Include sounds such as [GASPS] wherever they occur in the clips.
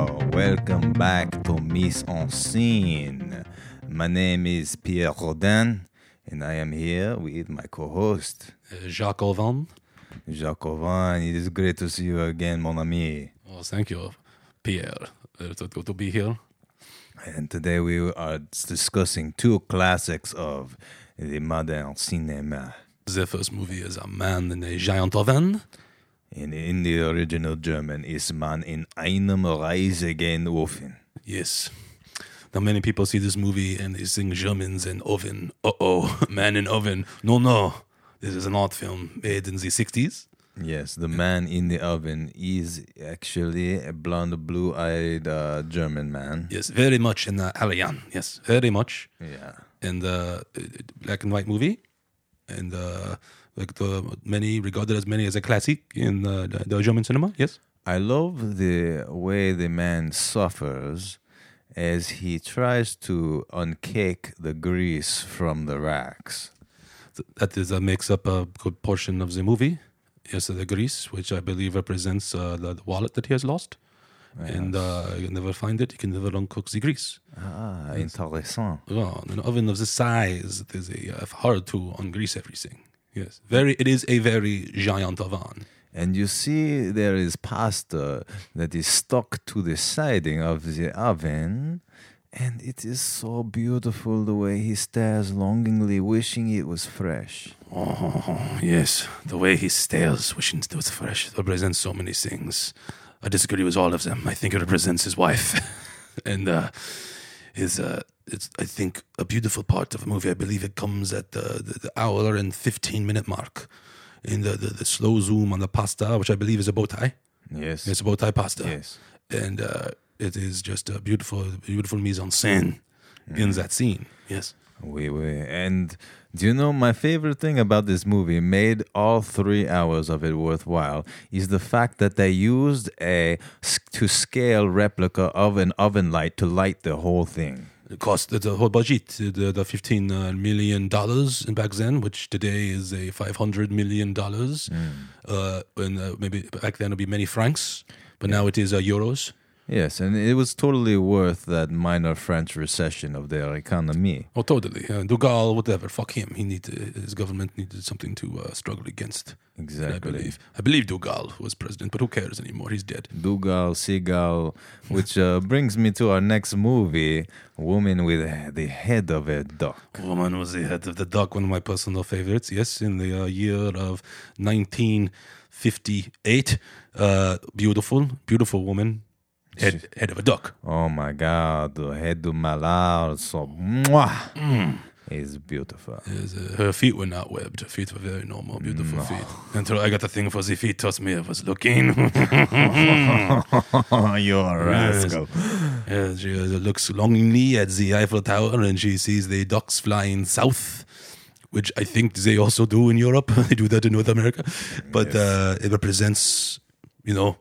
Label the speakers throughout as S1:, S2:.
S1: Welcome back to Miss on Scene. My name is Pierre Rodin, and I am here with my co host,
S2: Uh, Jacques Olvan.
S1: Jacoban. It is great to see you again, mon ami.
S2: Well, Oh, thank you, Pierre. It's good to be here.
S1: And today we are discussing two classics of the modern cinema.
S2: The first movie is A Man in a Giant Oven.
S1: In, in the original German, is Man in einem Reisegenofen.
S2: Yes. Now, many people see this movie and they sing Germans in oven. Uh oh, [LAUGHS] man in oven. No, no. This is an art film made in the 60s.
S1: Yes, the man in the oven is actually a blonde, blue eyed uh, German man.
S2: Yes, very much in the Alien. Yes, very much.
S1: Yeah.
S2: And uh, black and white movie. And uh, like the many regarded as many as a classic in uh, the, the German cinema. Yes.
S1: I love the way the man suffers as he tries to uncake the grease from the racks.
S2: Th- that is uh, makes up a good portion of the movie. Yes, the grease, which I believe represents uh, the, the wallet that he has lost, and uh, you can never find it. You can never uncook the grease.
S1: Ah, interessant.
S2: Well, in an oven of the size, it is a, uh, hard to ungrease everything. Yes, very. It is a very giant oven.
S1: And you see, there is pasta that is stuck to the siding of the oven. And it is so beautiful the way he stares longingly, wishing it was fresh.
S2: Oh yes, the way he stares, wishing it was fresh, represents so many things. I disagree with all of them. I think it represents his wife, [LAUGHS] and uh, his. Uh, it's I think a beautiful part of a movie. I believe it comes at the, the, the hour and fifteen minute mark, in the, the the slow zoom on the pasta, which I believe is a bow tie.
S1: Yes.
S2: It's a bow tie pasta
S1: Yes.
S2: and uh, it is just a beautiful, beautiful mise en scène in that scene. Yes.
S1: Oui, oui. And do you know my favorite thing about this movie, made all three hours of it worthwhile, is the fact that they used a s- to scale replica of an oven light to light the whole thing.
S2: It cost the whole budget, the, the fifteen uh, million dollars back then, which today is a five hundred million dollars. Uh, and uh, maybe back then it would be many francs, but now it is uh, euros.
S1: Yes, and it was totally worth that minor French recession of their economy.
S2: Oh, totally. Uh, De Gaulle, whatever. Fuck him. He need uh, his government needed something to uh, struggle against. I
S1: Exactly.
S2: believe. I believe De Gaulle was president, but who cares anymore? He's dead.
S1: Dougal, Seagal, which uh, brings me to our next movie, Woman with the Head of a Duck.
S2: Woman was the head of the duck, one of my personal favorites. Yes, in the uh, year of 1958. Uh, beautiful, beautiful woman. Head, head of a duck.
S1: Oh my God, the head of Malar, so mwah, is beautiful. [LAUGHS]
S2: Is, uh, her feet were not webbed. Her feet were very normal, beautiful feet. Until I got the thing for the feet, trust me, I was looking.
S1: You're a rascal.
S2: Uh, she uh, looks longingly at the Eiffel Tower and she sees the ducks flying south, which I think they also do in Europe. [LAUGHS] they do that in North America. But uh, it represents, you know,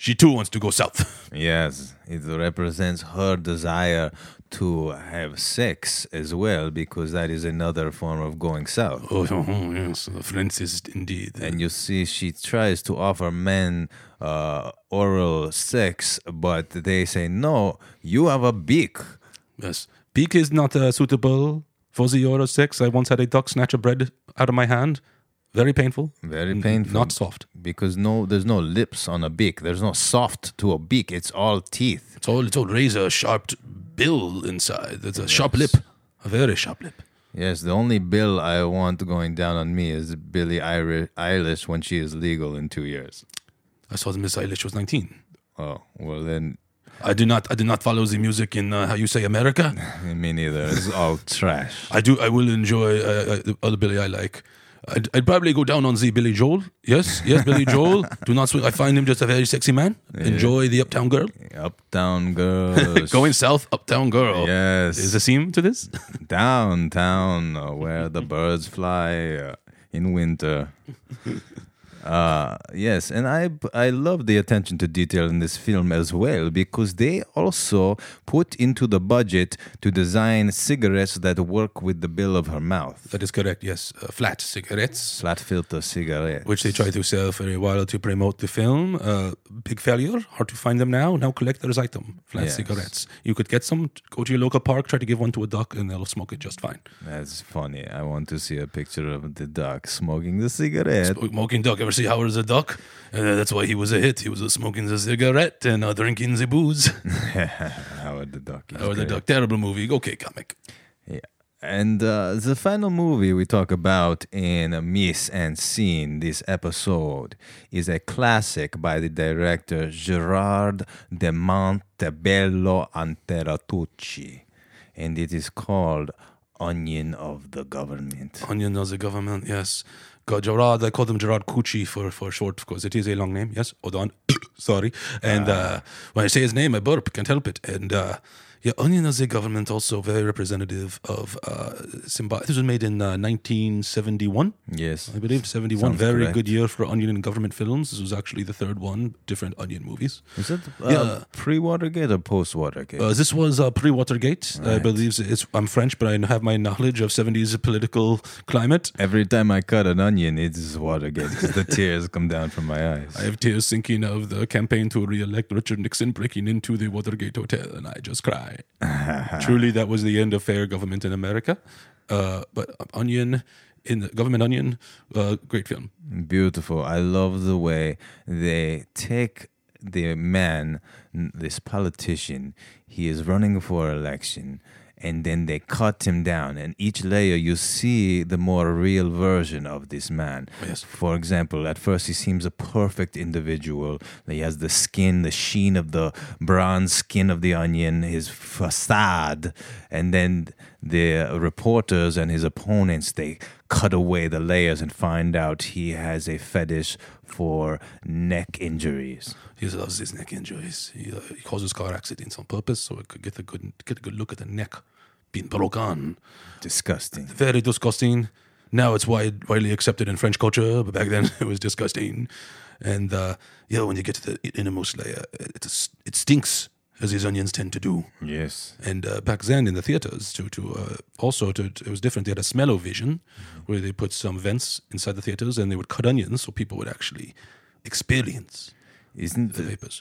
S2: she too wants to go south. [LAUGHS]
S1: Yes, it represents her desire to have sex as well, because that is another form of going south.
S2: Oh, yes, France is indeed.
S1: And you see, she tries to offer men uh, oral sex, but they say, no, you have a beak.
S2: yes. Beak is not uh, suitable for the Euro 6. I once had a duck snatch a bread out of my hand. Very painful.
S1: Very
S2: N-
S1: painful.
S2: Not soft.
S1: because no, there's no lips on a beak. There's no soft to a beak. It's all teeth.
S2: It's all, it's all razor sharp bill inside. It's a sharp lip. A very sharp lip.
S1: Yes, the only bill I want going down on me is Billie Eilish Eilish when she is legal in two years.
S2: I saw the Miss Eilish was 19.
S1: Oh, well then,
S2: I do not. I do not follow the music in uh, how you say America.
S1: me neither. It's all trash.
S2: I do. I will enjoy uh, uh, the other Billy I like. I'd, I'd probably go down on the Billy Joel. Yes,
S1: [LAUGHS]
S2: yes, Billy Joel. Do not swing. I find him just a very sexy man. Enjoy the Uptown Girl.
S1: Uptown girls.
S2: [LAUGHS] Going south, Uptown Girl.
S1: Yes.
S2: Is a theme to this? [LAUGHS] [LAUGHS]
S1: downtown uh, where the birds fly uh, in winter. Uh, yes, and I I love the attention to detail in this film as well because they also put into the budget to design cigarettes that work with the bill of her mouth,
S2: That is correct, yes. Uh, flat cigarettes,
S1: flat filter cigarettes,
S2: which they tried to sell for a while to promote the film. Uh, big failure, hard to find them now. Now collector's item, flat
S1: Yes.
S2: cigarettes. You could get some, go to your local park, try to give one to a duck, and they'll smoke it just fine.
S1: That's funny. I want to see a picture of the duck smoking the cigarette. [LAUGHS]
S2: Smoking duck. Ever see Howard as a duck? Uh, that's why he was a hit. He was uh, smoking the cigarette and uh, drinking the
S1: [LAUGHS]
S2: booze.
S1: Howard the duck. is
S2: Howard the
S1: great.
S2: duck, terrible movie. Okay, comic.
S1: Yeah. And uh, the final movie we talk about in Miss and Scene this episode is a classic by the director Gerard de Montebello Anteratucci. And it is called Onion of the Government.
S2: Onion of the government, yes. God, Gerard, I called him Gerard Cucci for, for short because it is a long name. Yes, hold on. [COUGHS] Sorry. And uh,
S1: Ah.
S2: when I say his name, I burp, can't help it. And uh, yeah, Onion of the government, also very representative of uh, Zimbabwe. This was made in uh, 1971.
S1: Yes.
S2: I believe 71.
S1: Sounds
S2: Very
S1: correct.
S2: good year for Onion and government films. This was actually the third one, different Onion movies.
S1: Is it uh,
S2: Yeah.
S1: pre Watergate or post Watergate?
S2: Uh, this was uh, pre Watergate. I believe it's, I'm French, but I have my knowledge of 70s political climate.
S1: Every time I cut an onion, it's Watergate because the tears come down from my eyes.
S2: I have tears thinking of the campaign to re-elect Richard Nixon breaking into the Watergate Hotel, and I just cry. Truly, that was the end of fair government in America. Uh, but Onion, in the government Onion, uh, great film.
S1: Beautiful. I love the way they take the man, n- this politician, he is running for election, and then they cut him down. And each layer, you see the more real version of this man.
S2: Yes.
S1: For example, at first he seems a perfect individual. He has the skin, the sheen of the bronze skin of the onion, his facade, and then the reporters and his opponents they cut away the layers and find out he has a fetish for neck injuries.
S2: He loves his neck injuries. He, uh, he causes car accidents on purpose so it could get a good get a good look at the neck being broken.
S1: Disgusting.
S2: Very disgusting. Now it's wide, widely accepted in French culture, but back then [LAUGHS] it was disgusting. And uh, yeah, when you get to the innermost layer, it, it's- it stinks, as these onions tend to do.
S1: Yes.
S2: And uh, back then in the theaters, to to uh, also to, to- it was different. They had a smell-o-vision, where they put some vents inside the theaters and they would cut onions so people would actually experience
S1: Isn't
S2: the vapors.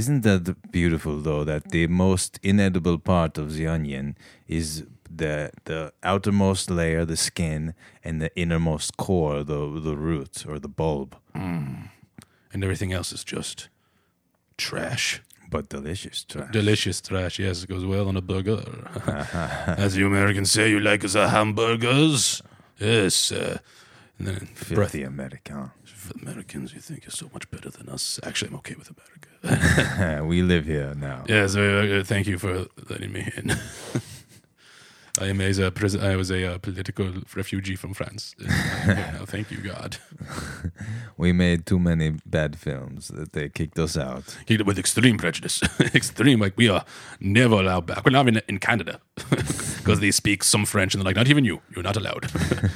S1: Isn't that beautiful though that the most inedible part of the onion is the the outermost layer, the skin, and the innermost core, the the root or the bulb.
S2: and everything else is just trash.
S1: But delicious trash.
S2: Delicious trash, yes, it goes well on a burger. [LAUGHS] As you Americans say, you like the hamburgers? Yes. Uh, and then breath
S1: Filthy American. [LAUGHS]
S2: of Americans, you think you're so much better than us. Actually, I'm okay with America. [LAUGHS]
S1: we live here now.
S2: Yes, uh, uh, thank you for letting me in. [LAUGHS] I am as a pres- I was a uh, political refugee from France. And I'm here now, thank you, God.
S1: We made too many bad films that they kicked us out.
S2: Heated with extreme prejudice, [LAUGHS] extreme like we are never allowed back. We're not even in Canada [LAUGHS] because they speak some French and they're like, not even you. You're not allowed.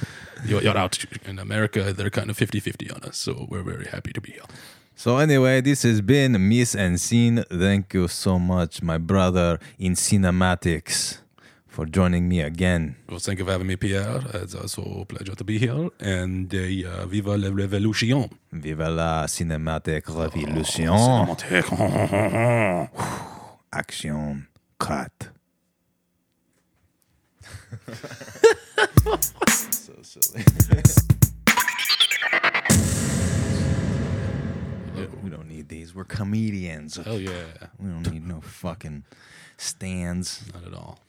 S2: [LAUGHS] you're, you're out. In America, they're kind of 50-50 on us, so we're very happy to be here.
S1: So anyway, this has been Miss and Scene. Thank you so much, my brother in cinematics, for joining me again.
S2: Well, thank you for having me, Pierre. It's also a pleasure to be here. And uh, viva la revolution.
S1: Viva la cinematic
S2: Oh,
S1: revolution. Action cut. so silly. Look, we don't need these. We're comedians.
S2: Hell yeah.
S1: We don't need no fucking stands.
S2: Not at all.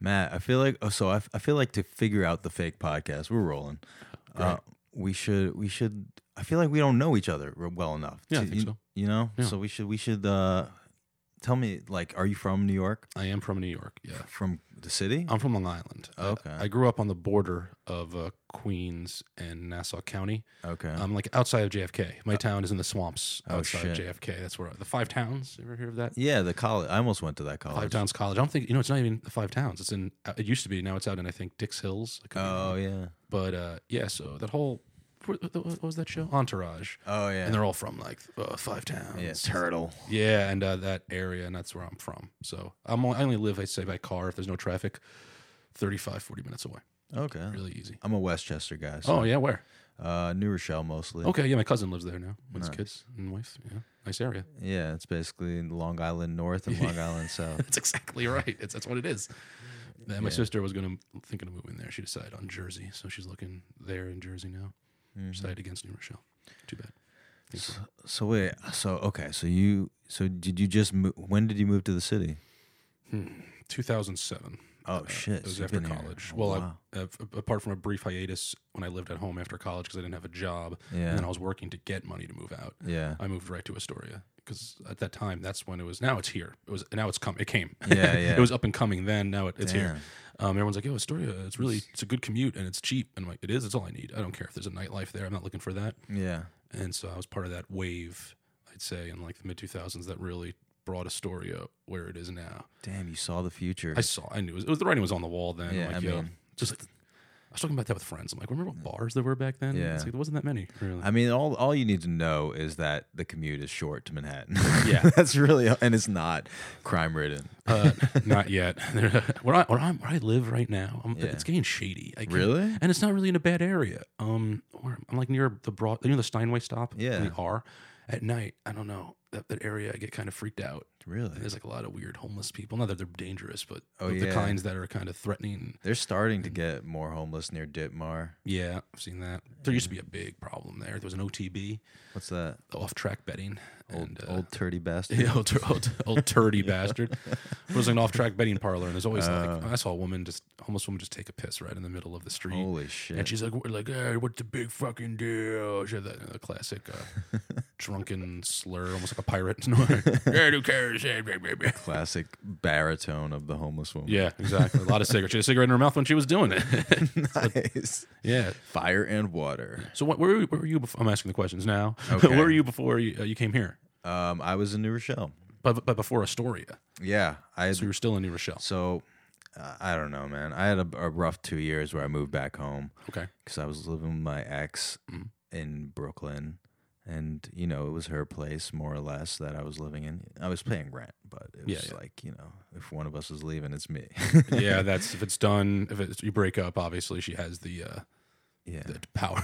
S1: Matt, I feel like oh, so I, f- I feel like to figure out the fake podcast. We're rolling. Uh, we should we should. I feel like we don't know each other re- well enough.
S2: Yeah, I
S1: to-
S2: think
S1: you,
S2: so.
S1: You know,
S2: Yeah.
S1: so we should we should uh, tell me like, are you from New York?
S2: I am from New York. Yeah.
S1: From the city?
S2: I'm from Long Island. Uh,
S1: Okay.
S2: I grew up on the border of uh, Queens and Nassau County.
S1: Okay.
S2: I'm Um, like outside of JFK. My town is in the swamps
S1: Oh,
S2: outside of
S1: shit.
S2: JFK. That's where the Five Towns. You ever hear of that?
S1: yeah, the college. I almost went to that
S2: Five
S1: college.
S2: Towns College. I don't think you know. It's not even the Five Towns. It's uh, in. It used to be. Now it's out in I think Dix Hills. I could be wrong.
S1: Oh yeah.
S2: But uh, yeah, so that whole what what was that show? Entourage.
S1: Oh yeah.
S2: And they're all from like uh, five towns.
S1: yeah, turtle.
S2: Yeah, and uh, that area, and that's where I'm from. So I'm only, I only live, I say, by car if there's no traffic, 35, 40 minutes away.
S1: Okay.
S2: Really easy.
S1: I'm a Westchester guy. So,
S2: Oh yeah, where?
S1: Uh, New Rochelle mostly.
S2: Okay, yeah, my cousin lives there now with his kids and wife. Yeah, nice area.
S1: Yeah, it's basically Long Island North and
S2: [LAUGHS]
S1: Long Island South.
S2: That's exactly right. It's, that's what it is. And My sister was going to thinking of moving there. She decided on Jersey, so she's looking there in Jersey now. Decided against New Rochelle. Too bad.
S1: Mm-hmm. So, so wait, so okay, so you, so did you just move, when did you move to the city?
S2: Hmm. 2007.
S1: Oh shit,
S2: Uh, It was
S1: so you've
S2: after
S1: been here.
S2: college. Well,
S1: wow.
S2: I, uh, apart from a brief hiatus when I lived at home after college because I didn't have a job,
S1: Yeah.
S2: and then I was working to get money to move out.
S1: yeah,
S2: I moved right to Astoria because at that time that's when it was. Now it's here. It was now it's come. It came.
S1: Yeah, yeah.
S2: [LAUGHS] it was up and coming then. Now it, it's
S1: Damn.
S2: here. Um, everyone's like, "Yo, Astoria, it's really it's a good commute and it's cheap." And I'm like, "It is. It's all I need. I don't care if there's a nightlife there. I'm not looking for that."
S1: yeah,
S2: And so I was part of that wave, I'd say, in like the mid 2000s that really brought Astoria where it is now.
S1: damn, you saw the future.
S2: I saw. I knew it was, it was- the writing was on the wall then.
S1: Yeah,
S2: like,
S1: I
S2: yo,
S1: mean,
S2: just like, I was talking about that with friends. I'm like, remember what bars there were back then?
S1: Yeah.
S2: It's like, there wasn't that many.
S1: [LAUGHS]
S2: Really.
S1: I mean, all all you need to know is that the commute is short to Manhattan.
S2: Yeah.
S1: [LAUGHS] that's really, and it's not crime ridden. [LAUGHS]
S2: Uh, not yet. [LAUGHS] where I where, I'm, where I live right now, I'm, it's getting shady. I can't-
S1: Really?
S2: and it's not really in a bad area. Um, where I'm like near the broad, you know, the Steinway stop.
S1: Yeah.
S2: the R. At night, I don't know that, that area. I get kind of freaked out.
S1: Really,
S2: There's like a lot of weird homeless people. Not that they're dangerous, but
S1: Oh,
S2: the,
S1: yeah.
S2: the kinds that are kind of threatening.
S1: they're starting to get more homeless near Ditmar.
S2: Yeah, I've seen that. There used to be a big problem there. There was an OTB,
S1: What's that?
S2: off-track betting,
S1: Old
S2: and uh,
S1: old turdy bastard.
S2: [LAUGHS] Yeah, old, tur- old, old
S1: [LAUGHS]
S2: turdy bastard. It was an off-track betting parlor, and there's always
S1: Uh.
S2: like I saw a woman just homeless woman just take a piss right in the middle of the street,
S1: Holy shit!
S2: and she's like, we're like, hey, what's the big fucking deal?" She had that uh, classic [LAUGHS] uh, drunken slur, almost like a pirate. [LAUGHS] hey, who cares? Hey, blah, blah, blah.
S1: Classic baritone of the homeless woman.
S2: yeah, exactly. A lot of cigarettes. She had a cigarette in her mouth when she was doing it. [LAUGHS]
S1: [LAUGHS] nice.
S2: yeah.
S1: Fire and water.
S2: So what, where, were you- where were you? Before, I'm asking the questions now. [LAUGHS]
S1: Okay.
S2: where were you before you, uh, you came here?
S1: Um, I was in New Rochelle.
S2: But, but before Astoria,
S1: Yeah, I
S2: so you were still in New Rochelle.
S1: so uh, I don't know, man. I had a, a rough two years where I moved back home
S2: Okay.
S1: because I was living with my ex
S2: Mm-hmm.
S1: in Brooklyn, and you know it was her place more or less that I was living in. I was paying rent, but it was
S2: Yeah, yeah.
S1: like you know if one of us is leaving, it's
S2: [LAUGHS]
S1: me.
S2: [LAUGHS]
S1: [LAUGHS]
S2: yeah, that's if it's done. If it's, you break up, obviously she has the uh,
S1: yeah,
S2: the power,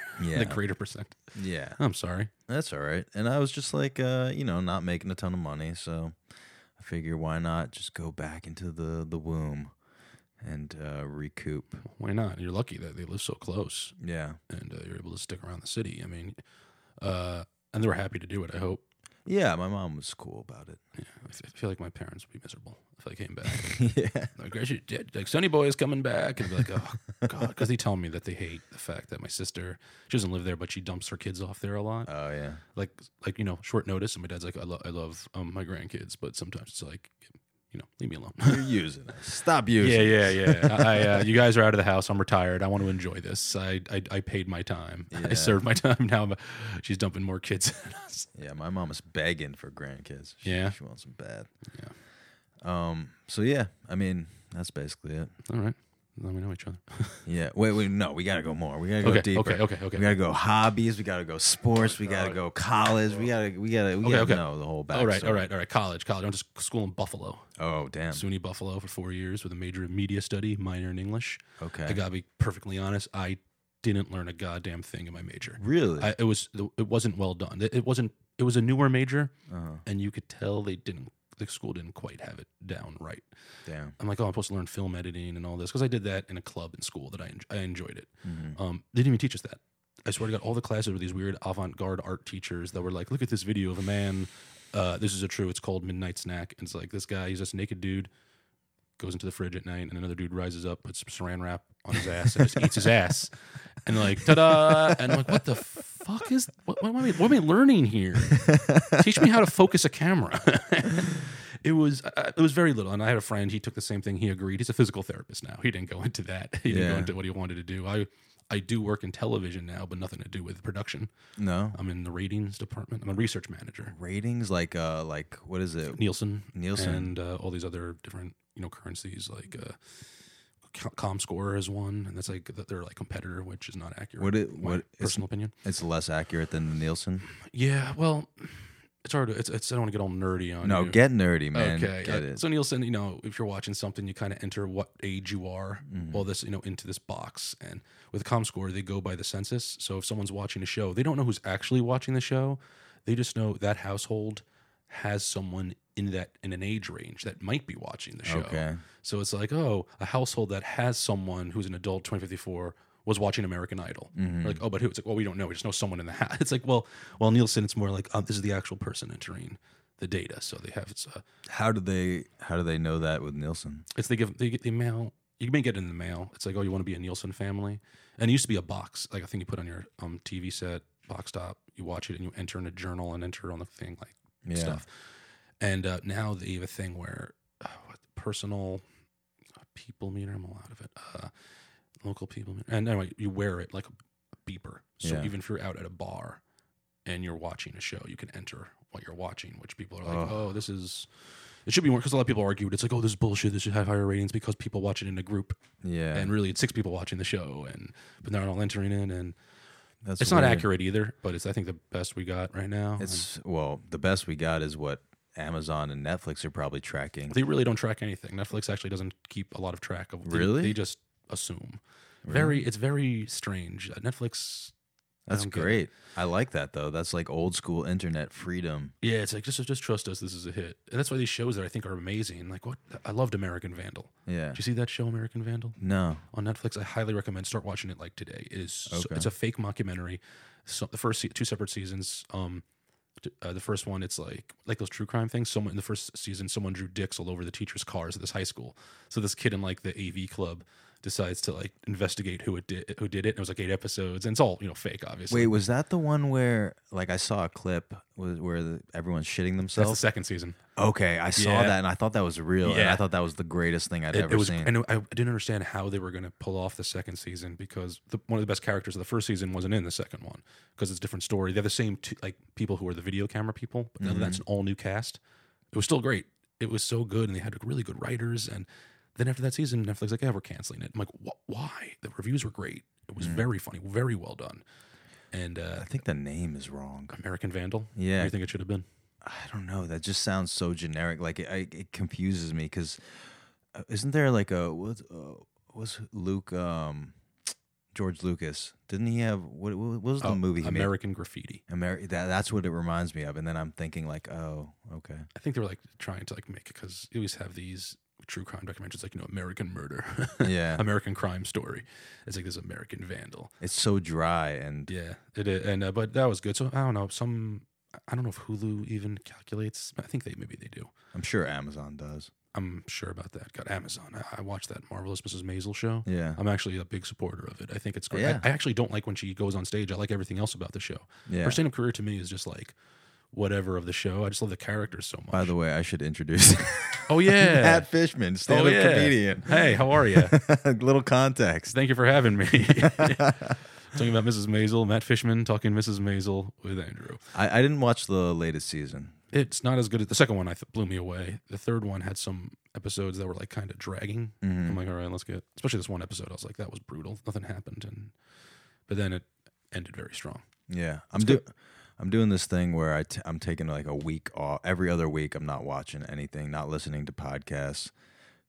S2: [LAUGHS]
S1: yeah,
S2: the greater percent.
S1: yeah.
S2: I'm sorry.
S1: That's all right. And I was just like, uh, you know, not making a ton of money, so I figure why not just go back into the the womb and uh, recoup.
S2: Why not? You're lucky that they live so close
S1: Yeah,
S2: and uh, you're able to stick around the city. I mean, uh, and they were happy to do it. I hope.
S1: yeah. My mom was cool about it. [LAUGHS]
S2: Yeah, I f- I feel like my parents would be miserable if I came back. [LAUGHS]
S1: yeah,
S2: like, "Where's your dad?" like Sonny Boy is coming back, and be like, oh [LAUGHS] god, because they tell me that they hate the fact that my sister she doesn't live there, but she dumps her kids off there a lot.
S1: oh yeah,
S2: like like you know short notice and my dad's like i, lo- I love um, my grandkids but sometimes it's like you know leave me alone
S1: you're using it. Stop using.
S2: [LAUGHS] yeah
S1: it.
S2: yeah yeah I, uh, you guys are out of the house i'm retired i want to enjoy this i i, I paid my time [LAUGHS]
S1: Yeah.
S2: i served my time now I'm, she's dumping more kids [LAUGHS] at us
S1: Yeah, my mom is begging for grandkids. She,
S2: Yeah.
S1: she wants them bad.
S2: Yeah.
S1: Um. So yeah, I mean, that's basically it.
S2: all right let me know each other
S1: Yeah. Wait, wait. No, we gotta go more. We gotta go
S2: okay,
S1: deeper.
S2: okay okay okay
S1: We gotta go hobbies. We gotta go sports. We gotta
S2: God.
S1: go college. We gotta we gotta we
S2: Okay,
S1: gotta
S2: okay.
S1: know the whole backstory.
S2: all right all right all right college college i'm just school in buffalo
S1: Oh damn.
S2: suny buffalo for four years with a major in media study minor in english
S1: Okay.
S2: i gotta be perfectly honest i didn't learn a goddamn thing in my major
S1: really.
S2: I, it was it wasn't well done. It, it wasn't. It was a newer major,
S1: uh-huh.
S2: and you could tell they didn't. The school didn't quite have it down right.
S1: Damn.
S2: I'm like, oh, I'm supposed to learn film editing and all this because I did that in a club in school that I en- I enjoyed it.
S1: Mhm.
S2: Um, they didn't even teach us that. I swear to God, all the classes were these weird avant-garde art teachers that were like, look at this video of a man. Uh, this is a true. It's called Midnight Snack, and it's like this guy. He's this naked dude goes into the fridge at night, and another dude rises up, puts saran wrap on his ass, and just eats his ass. And like, ta-da! And I'm like, what the fuck is? What, what, am, I, what am I learning here? Teach me how to focus a camera. [LAUGHS] it was I- I- it was very little, and I had a friend. He took the same thing. He agreed. He's a physical therapist now. He didn't go into that. [LAUGHS] He didn't
S1: Yeah.
S2: go into what he wanted to do. I. I do work in television now, but nothing to do with production.
S1: No.
S2: I'm in the ratings department. I'm a research manager.
S1: Ratings like uh like what is it?
S2: Nielsen,
S1: Nielsen.
S2: and uh, all these other different you know currencies like uh, Com- Comscore is one, and that's like th- they're like competitor, which is not accurate.
S1: What it-
S2: My
S1: what- it's-
S2: personal opinion?
S1: It's less accurate than the Nielsen.
S2: Yeah, well, it's hard. To, it's, it's I don't want to get all nerdy on.
S1: No,
S2: you.
S1: get nerdy, man.
S2: Okay.
S1: Get
S2: uh,
S1: it.
S2: So Nielsen, you know, if you're watching something, you kind of enter what age you are,
S1: Mm-hmm.
S2: all this, you know, into this box. And with ComScore, they go by the census. So if someone's watching a show, they don't know who's actually watching the show. They just know that household has someone in that in an age range that might be watching the show.
S1: Okay.
S2: So it's like, oh, a household that has someone who's an adult, 2054, was watching American Idol.
S1: Mm-hmm.
S2: They're Like, oh, but who? It's like, well, we don't know. We just know someone in the house. [LAUGHS] It's like, well, well, Nielsen, it's more like um, this is the actual person entering the data. So they have it's uh,
S1: How do they how do they know that with Nielsen?
S2: it's they give they get the mail. You may get it in the mail. It's like, oh, you want to be a Nielsen family, and it used to be a box, like I think you put on your um, TV set, box top. You watch it and you enter in a journal and enter on the thing like
S1: Yeah.
S2: stuff. And uh, now they have a thing where uh, what, personal uh, people meter. I'm all out of it. Uh, local people meter. And anyway, you wear it like a beeper. So
S1: Yeah.
S2: even if you're out at a bar and you're watching a show, you can enter what you're watching, which people are like, oh, this is. It should be more because a lot of people argued it's like, oh, this is bullshit. This should have higher ratings because people watch it in a group,
S1: Yeah.
S2: and really it's six people watching the show, and but they're not all entering in, and
S1: that's
S2: it's not
S1: weird.
S2: accurate either. But it's I think the best we got right now. And
S1: It's well, the best we got is what Amazon and Netflix are probably tracking.
S2: they really don't track anything. Netflix actually doesn't keep a lot of track of. they-
S1: Really?
S2: they, just assume. Very, it's very strange. Uh, Netflix. I
S1: That's
S2: don't get it.
S1: great. I like that though. That's like old school internet freedom.
S2: Yeah, it's like just just trust us. This is a hit, and that's why these shows that I think are amazing. Like what I loved American Vandal.
S1: Yeah.
S2: Did you see that show American Vandal?
S1: No.
S2: on Netflix. I highly recommend start watching it like today. It is so-
S1: Okay.
S2: it's a fake mockumentary. So the first se- two separate seasons. Um, t- uh, the first one it's like like those true crime things. Someone in the first season, someone drew dicks all over the teachers' cars at this high school. So this kid in like the AV club decides to like investigate who it did who did it. And it was like eight episodes, and it's all you know fake, obviously.
S1: Wait, was that the one where like I saw a clip wh- where the, everyone's shitting
S2: That's the
S1: themselves?
S2: second season.
S1: okay, I saw
S2: Yeah.
S1: that and I thought that was real and I
S2: Yeah.
S1: thought that was the greatest thing I'd
S2: It-
S1: ever
S2: it was,
S1: seen.
S2: and I didn't understand how they were going to pull off the second season because the, one of the best characters of the first season wasn't in the second one because it's a different story. They have the same two, like people who are the video camera people, but now that's
S1: Mm-hmm.
S2: an all new cast. It was still great. It was so good, and they had really good writers. And then after that season, Netflix like, yeah, we're canceling it. I'm like, "Wh- why? The reviews were great. It
S1: Mm.
S2: was very funny, very well done. And uh,
S1: I think the name is wrong.
S2: American Vandal.
S1: Yeah.
S2: What do you think it should have been?
S1: I don't know. That just sounds so generic. Like it, I, it confuses me because isn't there like a what uh, was Luke um, George Lucas? Didn't he have what, what was the
S2: Oh,
S1: movie he made?
S2: American Graffiti.
S1: Ameri- that, that's what it reminds me of. And then I'm thinking like, oh, okay,
S2: [LAUGHS] I think they were like trying to like make it because you always have these true crime documentaries like you know American Murder, [LAUGHS]
S1: Yeah.
S2: American Crime Story. It's like this American Vandal.
S1: it's so dry and
S2: Yeah, it is. and uh, but that was good. So I don't know some. I don't know if Hulu even calculates. I think they maybe they do.
S1: I'm sure Amazon does.
S2: I'm sure about that. Got Amazon. I, I watched that marvelous Mrs. Maisel show.
S1: Yeah,
S2: I'm actually a big supporter of it. I think it's great.
S1: Yeah.
S2: I, I actually don't like when she goes on stage. I like everything else about the show.
S1: yeah.
S2: Her stand-up career to me is just like whatever of the show. I just love the characters so much.
S1: By the way, I should introduce [LAUGHS]
S2: oh yeah,
S1: Pat Fishman, stand-up
S2: Oh, yeah.
S1: comedian. [LAUGHS]
S2: Hey, how are you?
S1: Little context.
S2: Thank you for
S1: [LAUGHS]
S2: having me. [LAUGHS] talking about Mrs. Maisel, Matt Fishman talking Mrs. Maisel with Andrew.
S1: I, I didn't watch the latest season.
S2: It's not as good as the second one. I th- blew me away. The third one had some episodes that were like kind of dragging.
S1: Hmm.
S2: I'm like, all right, let's get. Especially this one episode, I was like, that was brutal. Nothing happened, and but then it ended very strong.
S1: Yeah, I'm do I'm doing this thing where I t- I'm taking like a week off. Every other week, I'm not watching anything, not listening to podcasts,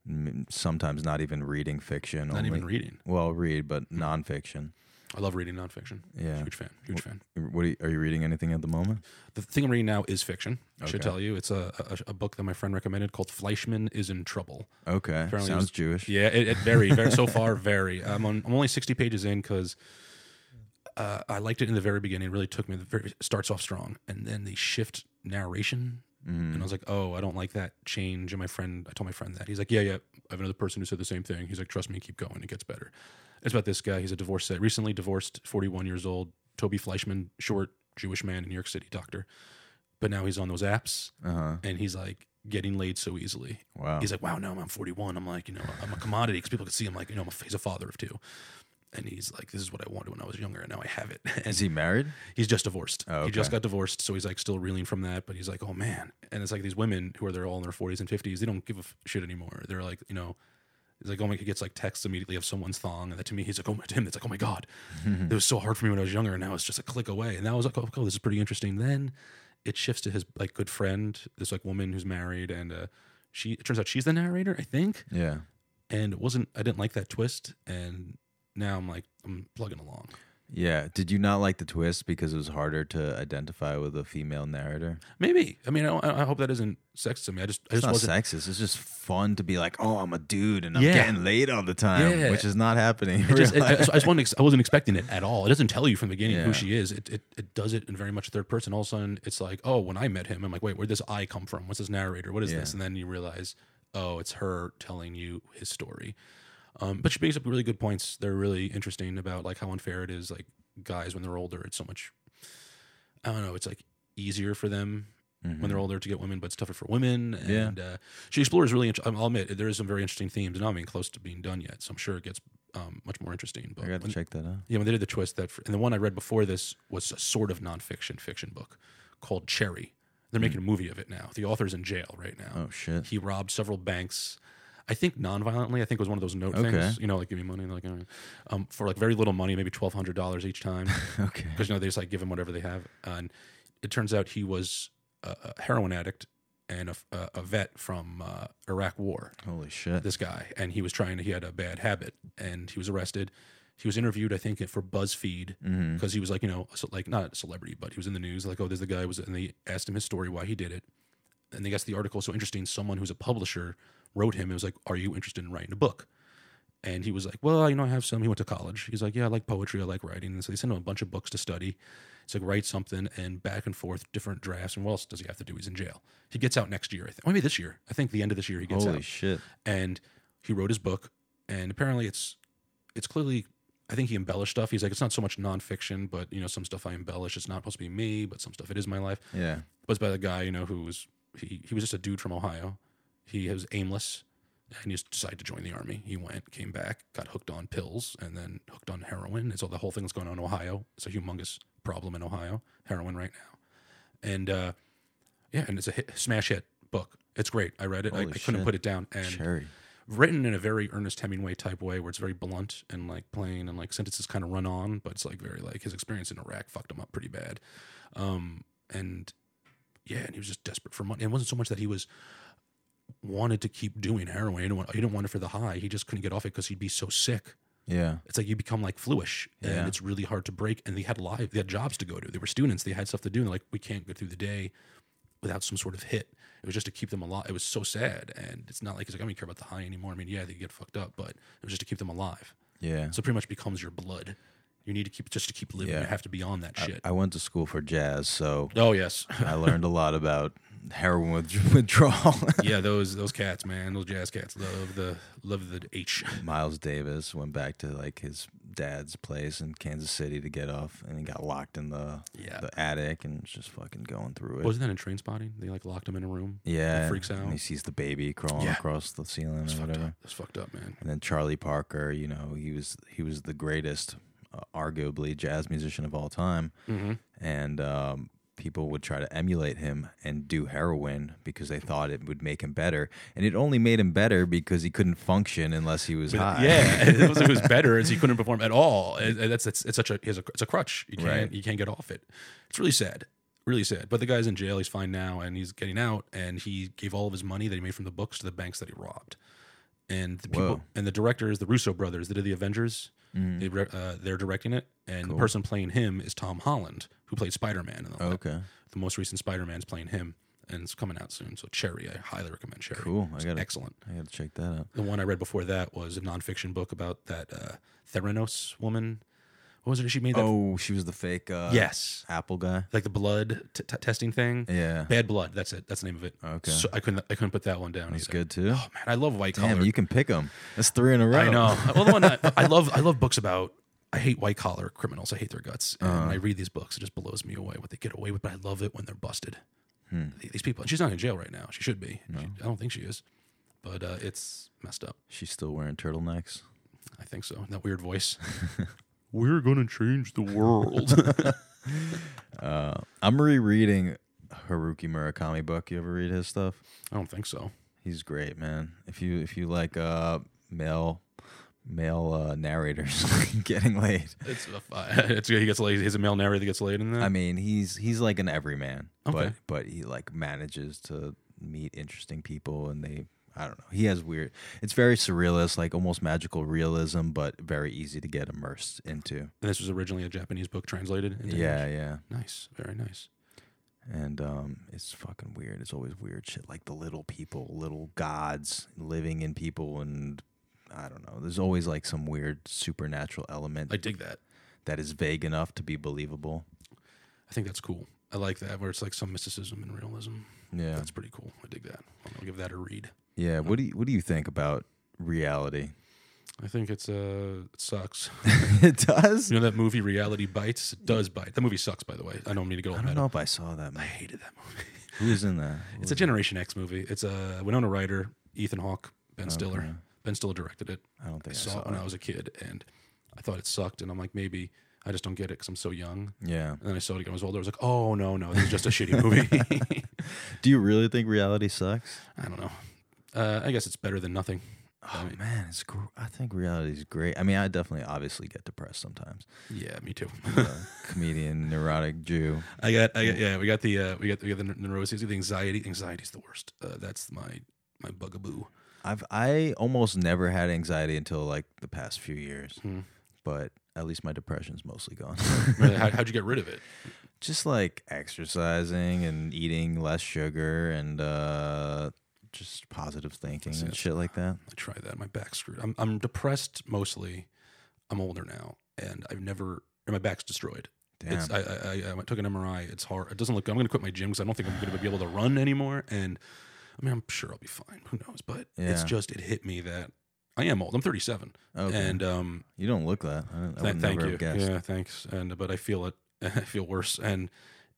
S1: m- sometimes not even reading fiction.
S2: Not
S1: only.
S2: even Hmm. reading.
S1: well, read but nonfiction.
S2: I love reading nonfiction.
S1: Yeah.
S2: Huge fan. Huge fan.
S1: What are you, are you reading anything at the moment?
S2: The thing I'm reading now is fiction. I should
S1: Okay.
S2: tell you, it's a, a a book that my friend recommended called Fleischman is in Trouble.
S1: Okay,
S2: Apparently it
S1: sounds
S2: was-
S1: Jewish.
S2: Yeah, it, it very, very so far very. I'm on, I'm only 60 pages in because uh, I liked it in the very beginning. It really took me. The very starts off strong, and then they shift narration,
S1: Mm-hmm.
S2: and I was like, oh, I don't like that change. And my friend, I told my friend that he's like, yeah, yeah. I have another person who said the same thing. He's like, trust me, keep going. It gets better. It's about this guy. He's a divorcee, recently divorced, 41 years old. Toby Fleischman, short Jewish man in New York City, doctor. But now he's on those apps,
S1: Uh huh.
S2: and he's like getting laid so easily.
S1: Wow.
S2: He's like, wow, now I'm 41. I'm like, you know, I'm a commodity because people can see I'm like, you know, I'm a, he's a father of two. And he's like, this is what I wanted when I was younger, and now I have it. [LAUGHS] And
S1: Is he married?
S2: he's just divorced.
S1: Oh,
S2: He just
S1: okay.
S2: got divorced, so he's like still reeling from that. But he's like, oh man. And it's like these women who are they're all in their 40s and 50s, they don't give a f- shit anymore. They're like, you know, He's like, oh my, he gets like texts immediately of someone's thong, and that to me, he's like, oh my, to him, that's like, oh my god, it was so hard for me when I was younger, and now it's just a click away, and that was like, oh, cool, this is pretty interesting. Then it shifts to his like good friend, this like woman who's married, and uh, she it turns out she's the narrator, I think,
S1: Yeah.
S2: and it wasn't, I didn't like that twist, and now I'm like, I'm plugging along.
S1: Yeah. Did you not like the twist because it was harder to identify with a female narrator?
S2: Maybe, I mean, I, I hope that isn't sex to me. I just, I
S1: It's
S2: just
S1: not
S2: wasn't.
S1: sexist. It's just fun to be like, oh, I'm a dude and I'm
S2: Yeah.
S1: getting laid all the time,
S2: Yeah.
S1: which is not happening. in
S2: [LAUGHS] It just,
S1: real
S2: it, I,
S1: life.
S2: I just wasn't, ex- I wasn't expecting it at all. It doesn't tell you from the beginning
S1: Yeah.
S2: who she is. It, it it does it in very much third person. All of a sudden, it's like, oh, when I met him, I'm like, wait, where'd this I come from? What's this narrator? What is this? And then you realize, oh, it's her telling you his story. Um, but she brings up really good points. They're really interesting about like how unfair it is. Like guys when they're older, it's so much. I don't know. It's like easier for them when they're older to get women, but it's tougher for women.
S1: Mm. Yeah.
S2: And uh, she explores really. Int- I'll admit there is some very interesting themes, and I'm not even close to being done yet. So I'm sure it gets um, much more interesting. But
S1: I got to
S2: when-
S1: check that out.
S2: yeah, when they did the twist that, and the one I read before this was a sort of nonfiction fiction book called Cherry. They're making a movie of it now. The author's in jail right now.
S1: Mm. Oh, shit. [LAUGHS]
S2: He robbed several banks. I think non-violently. I think it was one of those note
S1: Okay.
S2: things. You know, like give me money, like all right. um, for like very little money, maybe twelve hundred dollars each time,
S1: Okay.
S2: because you know they just like give him whatever they have. and it turns out he was a, a heroin addict and a, a, a vet from uh, Iraq War
S1: Holy shit.
S2: this guy and he was trying to he had a bad habit and he was arrested he was interviewed i think for buzzfeed because
S1: Mm-hmm.
S2: he was like you know so like not a celebrity but he was in the news like oh there's the guy who was and they asked him his story why he did it and they guess the article so interesting someone who's a publisher wrote him and was like are you interested in writing a book and he was like, Well, you know, I have some. He went to college. He's like, Yeah, I like poetry. I like writing. And so they sent him a bunch of books to study. It's like, Write something and back and forth, different drafts. And what else does he have to do? He's in jail. He gets out next year, I think. Or maybe this year. I think the end of this year he gets out
S1: Holy shit.
S2: and he wrote his book and apparently it's it's clearly i think he embellished stuff he's like it's not so much nonfiction but you know some stuff i embellish it's not supposed to be me but some stuff it is my life
S1: Yeah.
S2: but it's by the guy you know who was he, he was just a dude from ohio he was aimless and he just decided to join the army he went came back got hooked on pills and then hooked on heroin and so the whole thing that's going on in ohio it's a humongous problem in ohio heroin right now and uh yeah and it's a hit, smash hit book it's great i read it I, I
S1: Holy
S2: couldn't
S1: shit.
S2: put it down and
S1: Cherry.
S2: written in a very Ernest Hemingway type way, where it's very blunt and like plain, and like sentences kind of run on, but it's like very like his experience in Iraq fucked him up pretty bad, um, and yeah, and he was just desperate for money. It wasn't so much that he was wanted to keep doing heroin. He didn't want, he didn't want it for the high. He just couldn't get off it because he'd be so sick.
S1: Yeah.
S2: It's like you become like fluish,
S1: Yeah.
S2: and it's really hard to break. And they had live, they had jobs to go to. They were students. They had stuff to do. And they're like, we can't go through the day without some sort of hit. It was just to keep them alive. It was so sad, and it's not like it's like I don't care about the high anymore. I mean, yeah, they get fucked up, but it was just to keep them alive.
S1: Yeah.
S2: So it pretty much becomes your blood. You need to keep just to keep living.
S1: Yeah.
S2: You have to be on that shit.
S1: I went to school for jazz, so
S2: oh yes, [LAUGHS]
S1: I learned a lot about heroin with- [LAUGHS] withdrawal.
S2: yeah, those those cats, man, those jazz cats love the love the H.
S1: Miles Davis went back to like his dad's place in Kansas City to get off, and he got locked in the
S2: Yeah.
S1: the attic and was just fucking going through it.
S2: Wasn't that in Train Spotting? They like locked him in a room.
S1: yeah,
S2: he freaks
S1: And he
S2: out.
S1: sees the baby crawling
S2: Yeah.
S1: across the ceiling
S2: It's
S1: or
S2: fucked up.
S1: Uh, whatever.
S2: It's fucked up, man.
S1: And then Charlie Parker, you know, he was he was the greatest, uh, arguably jazz musician of all time,
S2: Mm-hmm.
S1: and um, people would try to emulate him and do heroin because they thought it would make him better, and it only made him better because he couldn't function unless he was high.
S2: Yeah, [LAUGHS] it was, it was better as he couldn't perform at all. And- and that's it's, it's such a, he has a it's a crutch. You can't
S1: Right.
S2: you can't get off it. It's really sad, really sad. But the guy's in jail. He's fine now, and he's getting out. And he gave all of his money that he made from the books to the banks that he robbed. And the people
S1: Whoa. Mm.
S2: and the directors, the Russo brothers, that did the Avengers. They re- uh, they're directing it, and the person playing him is Tom Holland, who played Spider Man. the
S1: Okay.
S2: the most recent Spider Man's playing him, and it's coming out soon. So Cherry, I highly recommend Cherry.
S1: Cool. I
S2: It's
S1: gotta-
S2: excellent.
S1: [LAUGHS] I gotta check that out.
S2: The one I read before that was a nonfiction book about that uh, Theranos woman. What was it? She made that.
S1: Oh, she was the fake uh,
S2: yes.
S1: Apple guy.
S2: Like the blood t- t- testing thing.
S1: Yeah,
S2: Bad blood. That's it. That's the name of it.
S1: Okay.
S2: So I couldn't. I couldn't put that one down.
S1: he's
S2: either.
S1: good too.
S2: Oh man, I love white collar.
S1: Damn, you can pick him. That's three in a row. [LAUGHS]
S2: I know. Well, the one I, I love. I love books about. I hate white collar criminals. I hate their guts. And when I
S1: Uh-huh.
S2: read these books, it just blows me away what they get away with. But I love it when they're busted.
S1: Hmm.
S2: Th- These people. She's not in jail right now. She should be. She- I don't think she is. But uh, it's messed up.
S1: She's still wearing turtlenecks.
S2: I think so. That weird
S1: [LAUGHS]
S2: voice. We're gonna change the world.
S1: Uh, I'm rereading Haruki Murakami book. You ever read his stuff?
S2: I don't think so.
S1: He's great, man. If you if you like uh, male male uh, narrators [LAUGHS] getting laid.
S2: It's, uh, [LAUGHS] it's he gets laid. He's a male narrator that gets laid in there.
S1: I mean, he's he's like an everyman, but
S2: Okay.
S1: but he like manages to meet interesting people, and they I don't know. He has weird. It's very surrealist, like almost magical realism, but very easy to get immersed into.
S2: and this was originally a Japanese book translated. Into
S1: Yeah,
S2: English.
S1: yeah,
S2: nice, very nice.
S1: and um, it's fucking weird. It's always weird shit, like the little people, little gods living in people, and I don't know. There's always like some weird supernatural element
S2: I dig that.
S1: that is vague enough to be believable.
S2: I think that's cool. I like that where it's like some mysticism and realism.
S1: Yeah,
S2: That's pretty cool. I dig that. I'm gonna give that a read.
S1: yeah. What do you what do you think about reality?
S2: [LAUGHS]
S1: [LAUGHS]
S2: I think it's uh it sucks. [LAUGHS]
S1: it does.
S2: You know that movie Reality Bites? It does bite. That movie sucks, by the way. I don't mean to go
S1: I
S2: on
S1: don't
S2: that.
S1: know if I saw that.
S2: I
S1: Man.
S2: hated that
S1: [LAUGHS]
S2: movie.
S1: Who's in that?
S2: It's a Generation X movie. It's a uh, Winona Ryder, Ethan Hawke, Ben Stiller. Ben Stiller directed it.
S1: I don't
S2: I
S1: think Oh, I
S2: saw it when I was a kid, and I thought it sucked. And I'm like, maybe I just don't get it because I'm so young.
S1: Yeah.
S2: And then I saw it again. when I was older. I was like, oh no, no, this is just a shitty [LAUGHS] movie.
S1: Do you really think reality sucks?
S2: I don't know. Uh, I guess it's better than nothing.
S1: Oh
S2: mean-
S1: man, it's gr- I think reality is great. I mean, I definitely obviously get depressed sometimes.
S2: Yeah, me [LAUGHS] too.
S1: I'm a comedian, neurotic Jew.
S2: I got, I got, yeah, we got the, uh, we got, we got the neuroses, the anxiety. Anxiety's the worst. Uh, that's my, my bugaboo.
S1: I've I almost never had anxiety until like the past few years,
S2: Hmm.
S1: but at least my depression's mostly gone.
S2: Really, How, how'd you get rid of it?
S1: [LAUGHS]
S2: [LAUGHS]
S1: just like exercising and eating less sugar and uh, just positive thinking
S2: See,
S1: and
S2: that's-
S1: shit like that.
S2: I tried that. My back's screwed. I'm, I'm depressed mostly. I'm older now, and I've never. and My back's destroyed.
S1: Damn.
S2: It's, uh, I, I, I, I took an MRI. It's hard. It doesn't look. good. I'm going to quit my gym because I don't think I'm going to be able to run anymore. And I mean, I'm sure I'll be fine. Who knows? But it's
S1: Yeah.
S2: just it hit me that I am old. I'm 37,
S1: okay.
S2: and um,
S1: You don't look that. I, don't- I
S2: Th-
S1: would
S2: thank
S1: never
S2: you.
S1: have guessed.
S2: Yeah, thanks. And but I feel it. [LAUGHS] I feel worse, and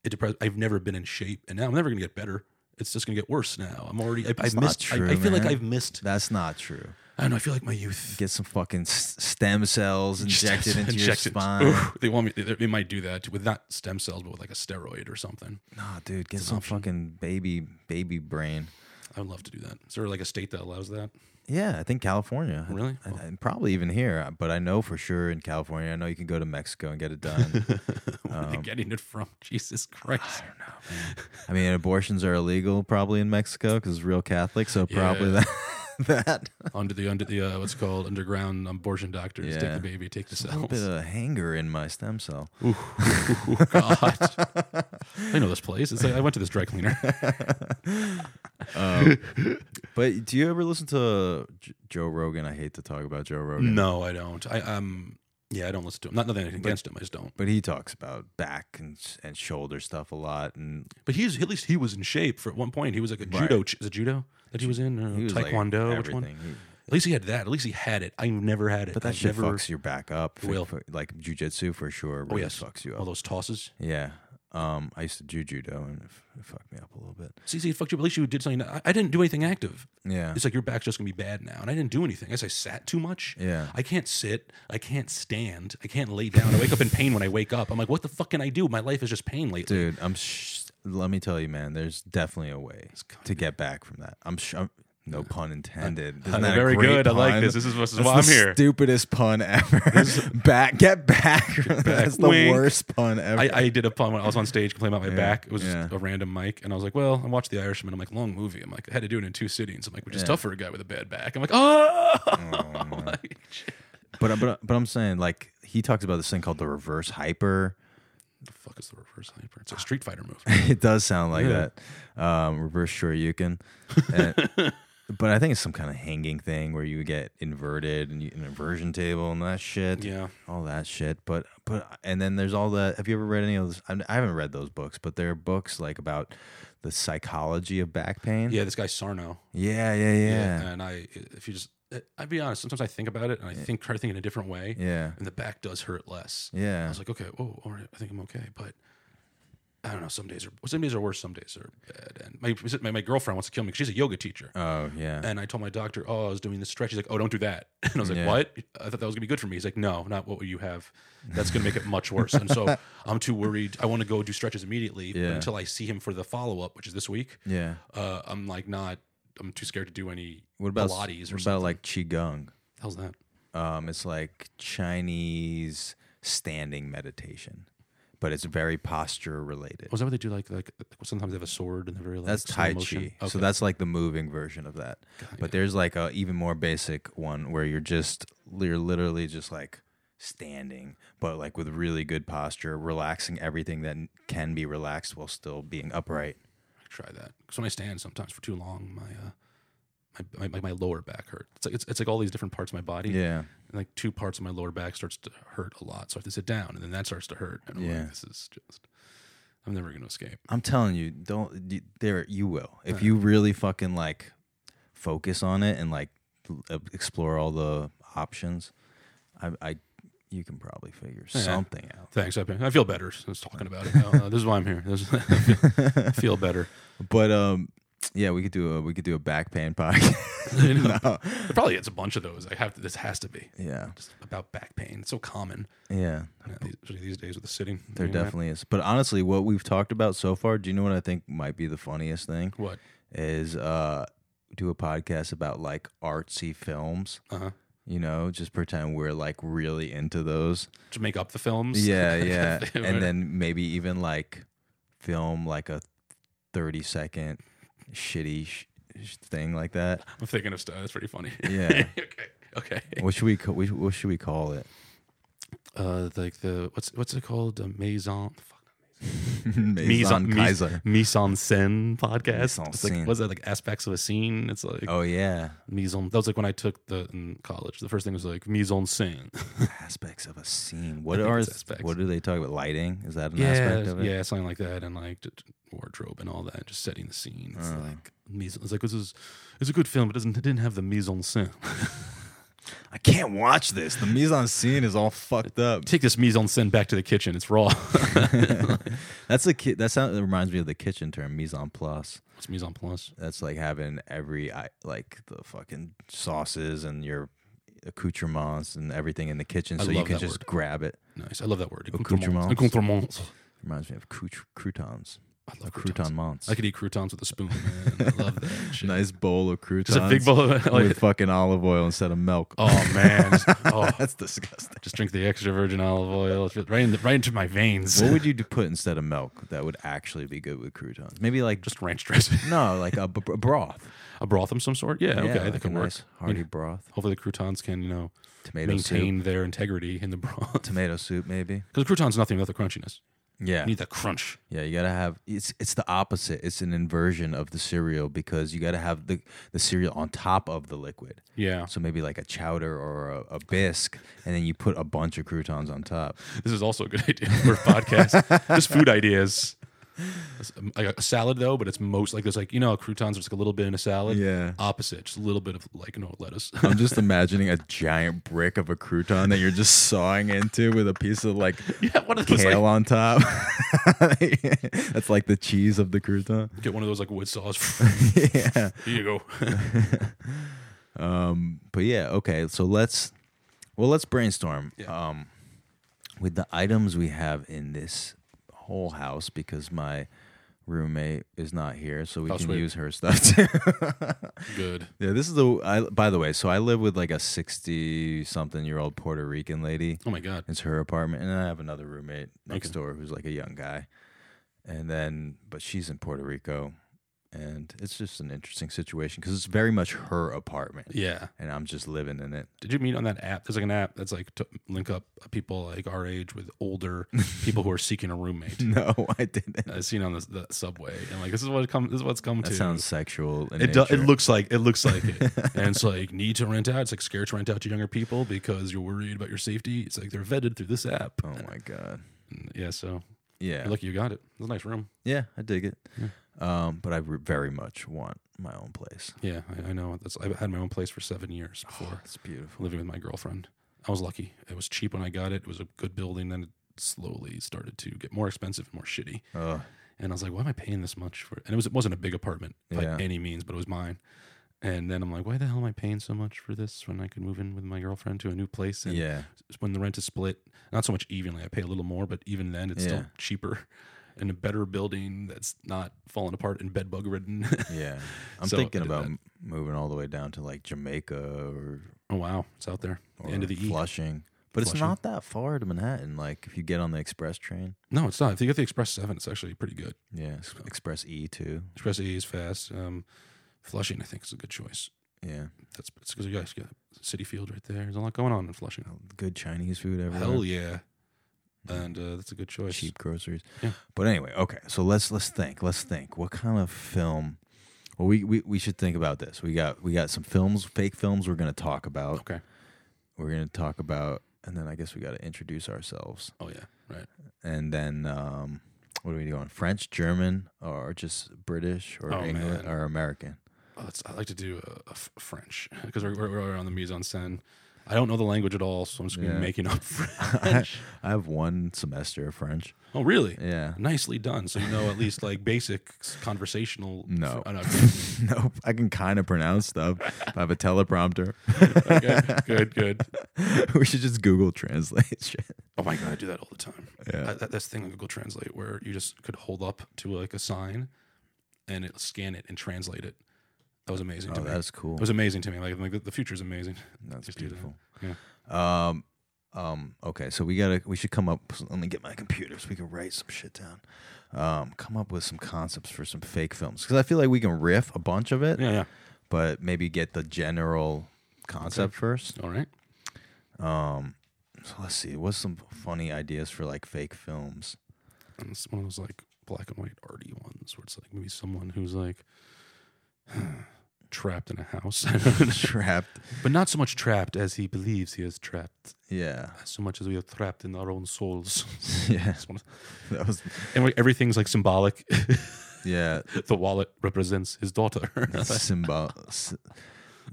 S2: it depressed. I've never been in shape, and now I'm never gonna get better. It's just gonna get worse now. I'm already. I,
S1: That's
S2: I've
S1: not
S2: missed.
S1: true,
S2: I, I feel like
S1: man.
S2: I've missed.
S1: That's not true.
S2: I don't know. I feel like my youth [LAUGHS]
S1: Get some fucking s- stem cells injected into
S2: Injected.
S1: your spine.
S2: [LAUGHS] Ooh, they want me. They, they might do that with not stem cells, but with like a steroid or something.
S1: Nah, dude, get
S2: an
S1: some
S2: option.
S1: fucking baby baby brain.
S2: I would love to do that. Is there like a state that allows that? [LAUGHS]
S1: Yeah, I think California. I-
S2: Really?
S1: I- I- probably even here, uh, but I know for sure in California. I know you can go to Mexico and get it
S2: [LAUGHS]
S1: done.
S2: Where
S1: Um,
S2: are they getting it from? [LAUGHS] Jesus Christ! I don't know.
S1: I mean, abortions are illegal probably in Mexico because it's real Catholic. So probably
S2: Yeah.
S1: that.
S2: [LAUGHS]
S1: that. [LAUGHS]
S2: Under the under the uh, what's it called underground abortion doctors take
S1: Yeah.
S2: the baby, take
S1: A
S2: the
S1: little
S2: cells. [LAUGHS]
S1: bit of hanger in my stem cell.
S2: Ooh, Oh, God.
S1: [LAUGHS]
S2: I know this place. It's like, I went to this dry cleaner.
S1: But do you ever listen to J- Joe Rogan? I hate to talk about Joe Rogan.
S2: no, I don't. I um, yeah, I don't listen to him. Not nothing against him. I just don't.
S1: but he talks about back and and shoulder stuff a lot, and
S2: But he's at least he was in shape for at one point. He was like a
S1: Right.
S2: judo. Ch- is it judo that he was in? Or
S1: he was like,
S2: Oh, Taekwondo. which one?
S1: everything. He-
S2: At least he had that. At least he had it. I've never had it.
S1: but that
S2: I've
S1: shit
S2: never,
S1: fucks your back up.
S2: It will. Oh,
S1: For, like jujitsu for sure. Really
S2: yes.
S1: fucks you
S2: all
S1: up.
S2: those tosses.
S1: Yeah. Um, I used to do judo and it, f- it fucked me up a little bit.
S2: See, see, it fucked you. up. At least you did something. I, I didn't do anything active.
S1: Yeah.
S2: It's like your back's just gonna be bad now, and I didn't do anything. I guess I sat too much.
S1: Yeah.
S2: I can't sit. I can't stand. I can't lay down. I wake up in pain when I wake up. I'm like, what the fuck can I do? My life is just pain lately.
S1: Dude, I'm. Sh- let me tell you, man. There's definitely a way to get back from that. I'm. Sh- I'm no pun intended. Isn't that a
S2: Uh, very
S1: great
S2: good. I like
S1: pun?
S2: this. This is- this is
S1: That's
S2: why I'm
S1: the
S2: here.
S1: Stupidest pun ever. [LAUGHS] back, get back. That's the
S2: Wink.
S1: worst pun ever.
S2: I, I did a pun when I was on stage complaining about my back. It was just
S1: yeah.
S2: a random mic, and I was like, "Well, I watched The Irishman." I'm like, "Long movie." I'm like, "I had to do it in two sittings." I'm like, "Which is tough for a guy with a bad back." I'm like, "Oh, [LAUGHS] Like, shit.
S1: but but but I'm saying like he talks about this thing called the reverse hyper.
S2: the fuck is the reverse hyper?"
S1: Ah.
S2: It's a Street Fighter move.
S1: [LAUGHS] it does sound like
S2: Yeah.
S1: that. Um, reverse Shoryuken. And-
S2: [LAUGHS]
S1: but I think it's some kind of hanging thing where you get inverted and you, an inversion table and that shit.
S2: [LAUGHS] Yeah.
S1: All that shit. But, but, and then there's all that. Have you ever read any of those? I I haven't read those books, but there are books like about the psychology of back pain.
S2: Yeah, this guy Sarno.
S1: Yeah. Yeah. Yeah.
S2: and I, if you just, eh, I'd be honest. Sometimes I think about it, and I think try to think in a different way,
S1: Yeah.
S2: and the back does hurt less. I
S1: Yeah.
S2: was like, "Okay, oh, all right, I think I'm okay," but. I don't know. Some days are some days are worse. Some days are bad. And my my, my girlfriend wants to kill me because she's a yoga teacher.
S1: Oh, yeah.
S2: And I told my doctor, oh, I was doing this stretch. He's like, oh, don't do that. [LAUGHS] And I was like,
S1: Yeah.
S2: what? I thought that was gonna be good for me. He's like, no, not what you have. That's gonna make it much worse.
S1: [LAUGHS]
S2: And so I'm too worried. I want to go do stretches immediately but
S1: Yeah.
S2: until I see him for the follow up, which is this week.
S1: Yeah.
S2: Uh, I'm like, not. I'm too scared to do any
S1: What about,
S2: Pilates or
S1: what about
S2: something.
S1: like Qigong?
S2: hell's that?
S1: Um, it's like Chinese standing meditation, but it's very posture related.
S2: Was that what they do? Like, like sometimes they have a sword and they're very Oh, like
S1: That's
S2: slow
S1: Tai
S2: motion?
S1: Chi.
S2: Okay.
S1: So that's like the moving version of that. But there's like a even more basic one where you're just you're literally just like standing, but like with really good posture, relaxing everything that can be relaxed while still being upright.
S2: I try that because when I stand sometimes for too long, my uh, my, my my lower back hurts. It's like it's, it's like all these different parts of my body.
S1: Yeah.
S2: And like two parts of my lower back starts to hurt a lot, so I have to sit down, and then that starts to hurt. And I'm
S1: Yeah.
S2: like, this is just I'm never going to escape.
S1: I'm telling you, don't you- there you will. If you really fucking like focus on it and like l- uh, explore all the options, I, I you can probably figure
S2: Yeah.
S1: something out.
S2: Thanks, I, I feel better since talking about it. Uh, this is why I'm here. This is, [LAUGHS] I feel, I feel better.
S1: But um, yeah, we could do a we could do a back pain [LAUGHS] podcast. No.
S2: There probably it's a bunch of those. I have to, this has to be
S1: [LAUGHS] Yeah,
S2: just about back pain. It's so common
S1: yeah,
S2: uh, these, especially these days with the sitting.
S1: there
S2: you know,
S1: definitely is. But honestly, what we've talked about so far, do you know what I think might be the funniest thing
S2: What?
S1: is uh do a podcast about like artsy films.
S2: Uh huh.
S1: You know, just pretend we're like really into those.
S2: To make up the films. [LAUGHS]
S1: Yeah, yeah.
S2: They were-
S1: and then maybe even like film like a 30 second shitty sh- sh- thing like that.
S2: I'm thinking of stuff. That's pretty funny.
S1: Yeah.
S2: okay. [LAUGHS]
S1: [LAUGHS]
S2: Okay.
S1: what should we ca- we- what should we call it? [LAUGHS]
S2: Uh, like the what's what's it called? Uh, maison. Fuck.
S1: Mise en
S2: mise,
S1: Kaiser.
S2: mise en scène
S1: Mise
S2: podcast.
S1: en
S2: It's like,
S1: scène.
S2: what's that like aspects of a scene? It's like
S1: Oh
S2: [LAUGHS]
S1: yeah,
S2: mise en. That was like when I took the in college. The first thing was like mise en scène.
S1: aspects of a scene.
S2: [LAUGHS]
S1: What
S2: think
S1: are
S2: it's
S1: th-
S2: aspects.
S1: what do they talk about? Lighting is that an aspect
S2: yeah,
S1: of it?
S2: yeah, something like that, and like just wardrobe and all that, just setting the scene.
S1: Oh.
S2: It's like mise. It's like this is it's a good film, but it doesn't it didn't have the mise en scène.
S1: I can't watch this. The mise en scene is all fucked
S2: [LAUGHS]
S1: up. [LAUGHS]
S2: Take this mise en scène back to the kitchen. It's raw. [LAUGHS]
S1: That's a ki- that sound. That reminds me of the kitchen term mise en place.
S2: it's mise en place.
S1: That's like having every i- like the fucking sauces and your accoutrements and everything in the kitchen,
S2: I
S1: so you
S2: love
S1: can
S2: that
S1: just
S2: word.
S1: grab it.
S2: Nice. I love that word.
S1: Accoutrements.
S2: Accoutrements.
S1: Reminds me of crout- croutons,
S2: I
S1: or
S2: love croutons.
S1: crouton monts.
S2: I could eat croutons with a spoon. Man. I love
S1: [LAUGHS]
S2: that shit.
S1: Nice bowl of croutons,
S2: Just a big bowl of
S1: with
S2: like,
S1: fucking olive oil instead of milk.
S2: oh man, just, oh,
S1: [LAUGHS] That's disgusting.
S2: just drink the extra virgin olive oil It's right in the, right into my veins.
S1: What would you do- put instead of milk that would actually be good with croutons? Maybe like just
S2: Just ranch dressing,
S1: no, like a b- b- broth.
S2: [LAUGHS] a broth of some sort. Yeah, okay,
S1: like
S2: that
S1: a
S2: can work.
S1: nice hearty broth.
S2: Hopefully, the croutons can you know
S1: Tomato soup.
S2: maintain their integrity in the broth. [LAUGHS]
S1: Tomato soup, maybe.
S2: Because croutons nothing without the crunchiness.
S1: Yeah,
S2: You need that crunch.
S1: yeah. You gotta have. It's it's the opposite. It's an inversion of the cereal because you gotta have the the cereal on top of the liquid.
S2: Yeah,
S1: So maybe like a chowder or a, a bisque, and then you put a bunch of croutons on top.
S2: this is also a good [LAUGHS] idea for a podcast. just food ideas. It's, um, Like a salad though, but it's most like there's like you know how croutons. There's like a little bit in a salad.
S1: Yeah.
S2: opposite, just a little bit of like no lettuce. [LAUGHS]
S1: I'm just imagining a giant brick of a crouton that you're just sawing into with a piece of like
S2: yeah, one of those like,
S1: kale on top. [LAUGHS] That's like the cheese of the crouton.
S2: get one of those like wood saws. [LAUGHS]
S1: yeah.
S2: Here you go.
S1: Um, but yeah, okay. So let's well let's brainstorm.
S2: Yeah.
S1: Um with the items we have in this whole house because my roommate is not here, so we
S2: Oh,
S1: can
S2: sweet.
S1: use her stuff [LAUGHS] too.
S2: Good.
S1: yeah, this is the I by the way, so I live with like a sixty something year old Puerto Rican lady.
S2: Oh my god.
S1: It's her apartment, and I have another roommate next
S2: Okay.
S1: door who's like a young guy, and then but she's in Puerto Rico, and it's just an interesting situation because it's very much her apartment,
S2: Yeah.
S1: and I'm just living in it.
S2: Did you meet on that app? There's like an app that's like to link up people like our age with [LAUGHS] older people who are seeking a roommate.
S1: [LAUGHS] No, I didn't.
S2: I've seen on the, the subway, and like this is what it come. This is what's come
S1: That
S2: to.
S1: sounds sexual. In
S2: it do, it
S1: nature.
S2: looks like it looks like [LAUGHS] it, and it's like need to rent out. It's like scared to rent out to younger people because you're worried about your safety. It's like they're vetted through this app.
S1: Oh my god.
S2: And yeah, so
S1: Yeah.
S2: you're lucky you got it. It's a nice room.
S1: yeah, I dig it.
S2: Yeah.
S1: Um, but I re- very much want my own place.
S2: Yeah, I, I know. That's I've had my own place for seven years before
S1: [SIGHS]
S2: [GASPS]
S1: It's beautiful.
S2: living with my girlfriend. I was lucky. It was cheap when I got it. It was a good building. Then it slowly started to get more expensive and more shitty.
S1: Oh,
S2: And I was like, why am I paying this much for it? And it was it wasn't a big apartment by
S1: Yeah.
S2: any means, but it was mine. And then I'm like, why the hell am I paying so much for this when I could move in with my girlfriend to a new place? And [LAUGHS]
S1: yeah.
S2: when the rent is split, not so much evenly, I pay a little more, but even then it's still
S1: Yeah.
S2: cheaper. [LAUGHS] in a better building that's not falling apart and bed bug ridden. [LAUGHS]
S1: Yeah. I'm
S2: So,
S1: thinking
S2: I did
S1: about
S2: that.
S1: m- moving all the way down to like Jamaica or,
S2: oh wow, it's out there. The
S1: or
S2: end of the E.
S1: Flushing. But it's
S2: Flushing.
S1: not that far to Manhattan. Like if you get on the express train,
S2: No, it's not. If you get the Express Seven, it's actually pretty good.
S1: yeah, s- express E too.
S2: Express E is fast. Um, Flushing, I think, is a good choice.
S1: Yeah,
S2: That's because you guys got City Field right there. There's a lot going on in Flushing.
S1: good Chinese food everywhere.
S2: Hell yeah, and uh, that's a good choice.
S1: cheap groceries.
S2: Yeah.
S1: But anyway, okay. So let's let's think. Let's think. What kind of film? Well, we, we we should think about this. We got we got some films, fake films. We're gonna talk about.
S2: Okay.
S1: We're gonna talk about, and then I guess we got to introduce ourselves,
S2: Oh yeah, right.
S1: and then um, what are we doing? French, German, or just British, or
S2: Oh,
S1: England,
S2: man.
S1: or American?
S2: Oh, it's, I like to do uh, f- French [LAUGHS] because we're, we're, we're on the mise en scène. I don't know the language at all, so I'm just gonna
S1: Yeah.
S2: be making
S1: [LAUGHS]
S2: up [LAUGHS] French.
S1: I have one semester of French.
S2: oh really?
S1: Yeah.
S2: Nicely done. So you know at least like basic s- conversational.
S1: No. [LAUGHS]
S2: Fr- oh, okay.
S1: nope. I can kind of pronounce stuff. if I have a teleprompter.
S2: [LAUGHS] Okay. Good.
S1: [LAUGHS]
S2: Good.
S1: we should just Google Translate shit.
S2: Oh my god, I do that all the time.
S1: Yeah.
S2: I, that, that's the thing on Google Translate where you just could hold up to like a sign, and it scan it and translate it. That was amazing. to
S1: Oh,
S2: me.
S1: that's cool.
S2: It was amazing to me. Like, like the- the future is
S1: [LAUGHS]
S2: amazing.
S1: That's
S2: Just do that.
S1: beautiful. Um, um, okay, so we gotta we should come up. Let me get my computer so we can write some shit down. Um, come up with some concepts for some fake films because I feel like we can riff a bunch of it,
S2: Yeah. Yeah.
S1: but maybe get the general concept first.
S2: All right.
S1: Um, so let's see. What's some funny ideas for like fake
S2: [LAUGHS]
S1: films? [LAUGHS]
S2: And it's one of those like black and white arty ones where it's like maybe someone who's like [SIGHS] trapped in a house, [LAUGHS]
S1: Trapped.
S2: but not so much trapped as he believes he is trapped,
S1: Yeah, [LAUGHS]
S2: so much as we are trapped in our own souls. [LAUGHS]
S1: yeah.
S2: It's one of-
S1: That was
S2: and like, everything's like symbolic. [LAUGHS]
S1: yeah.
S2: the wallet represents his daughter. [LAUGHS]
S1: Symbol. s-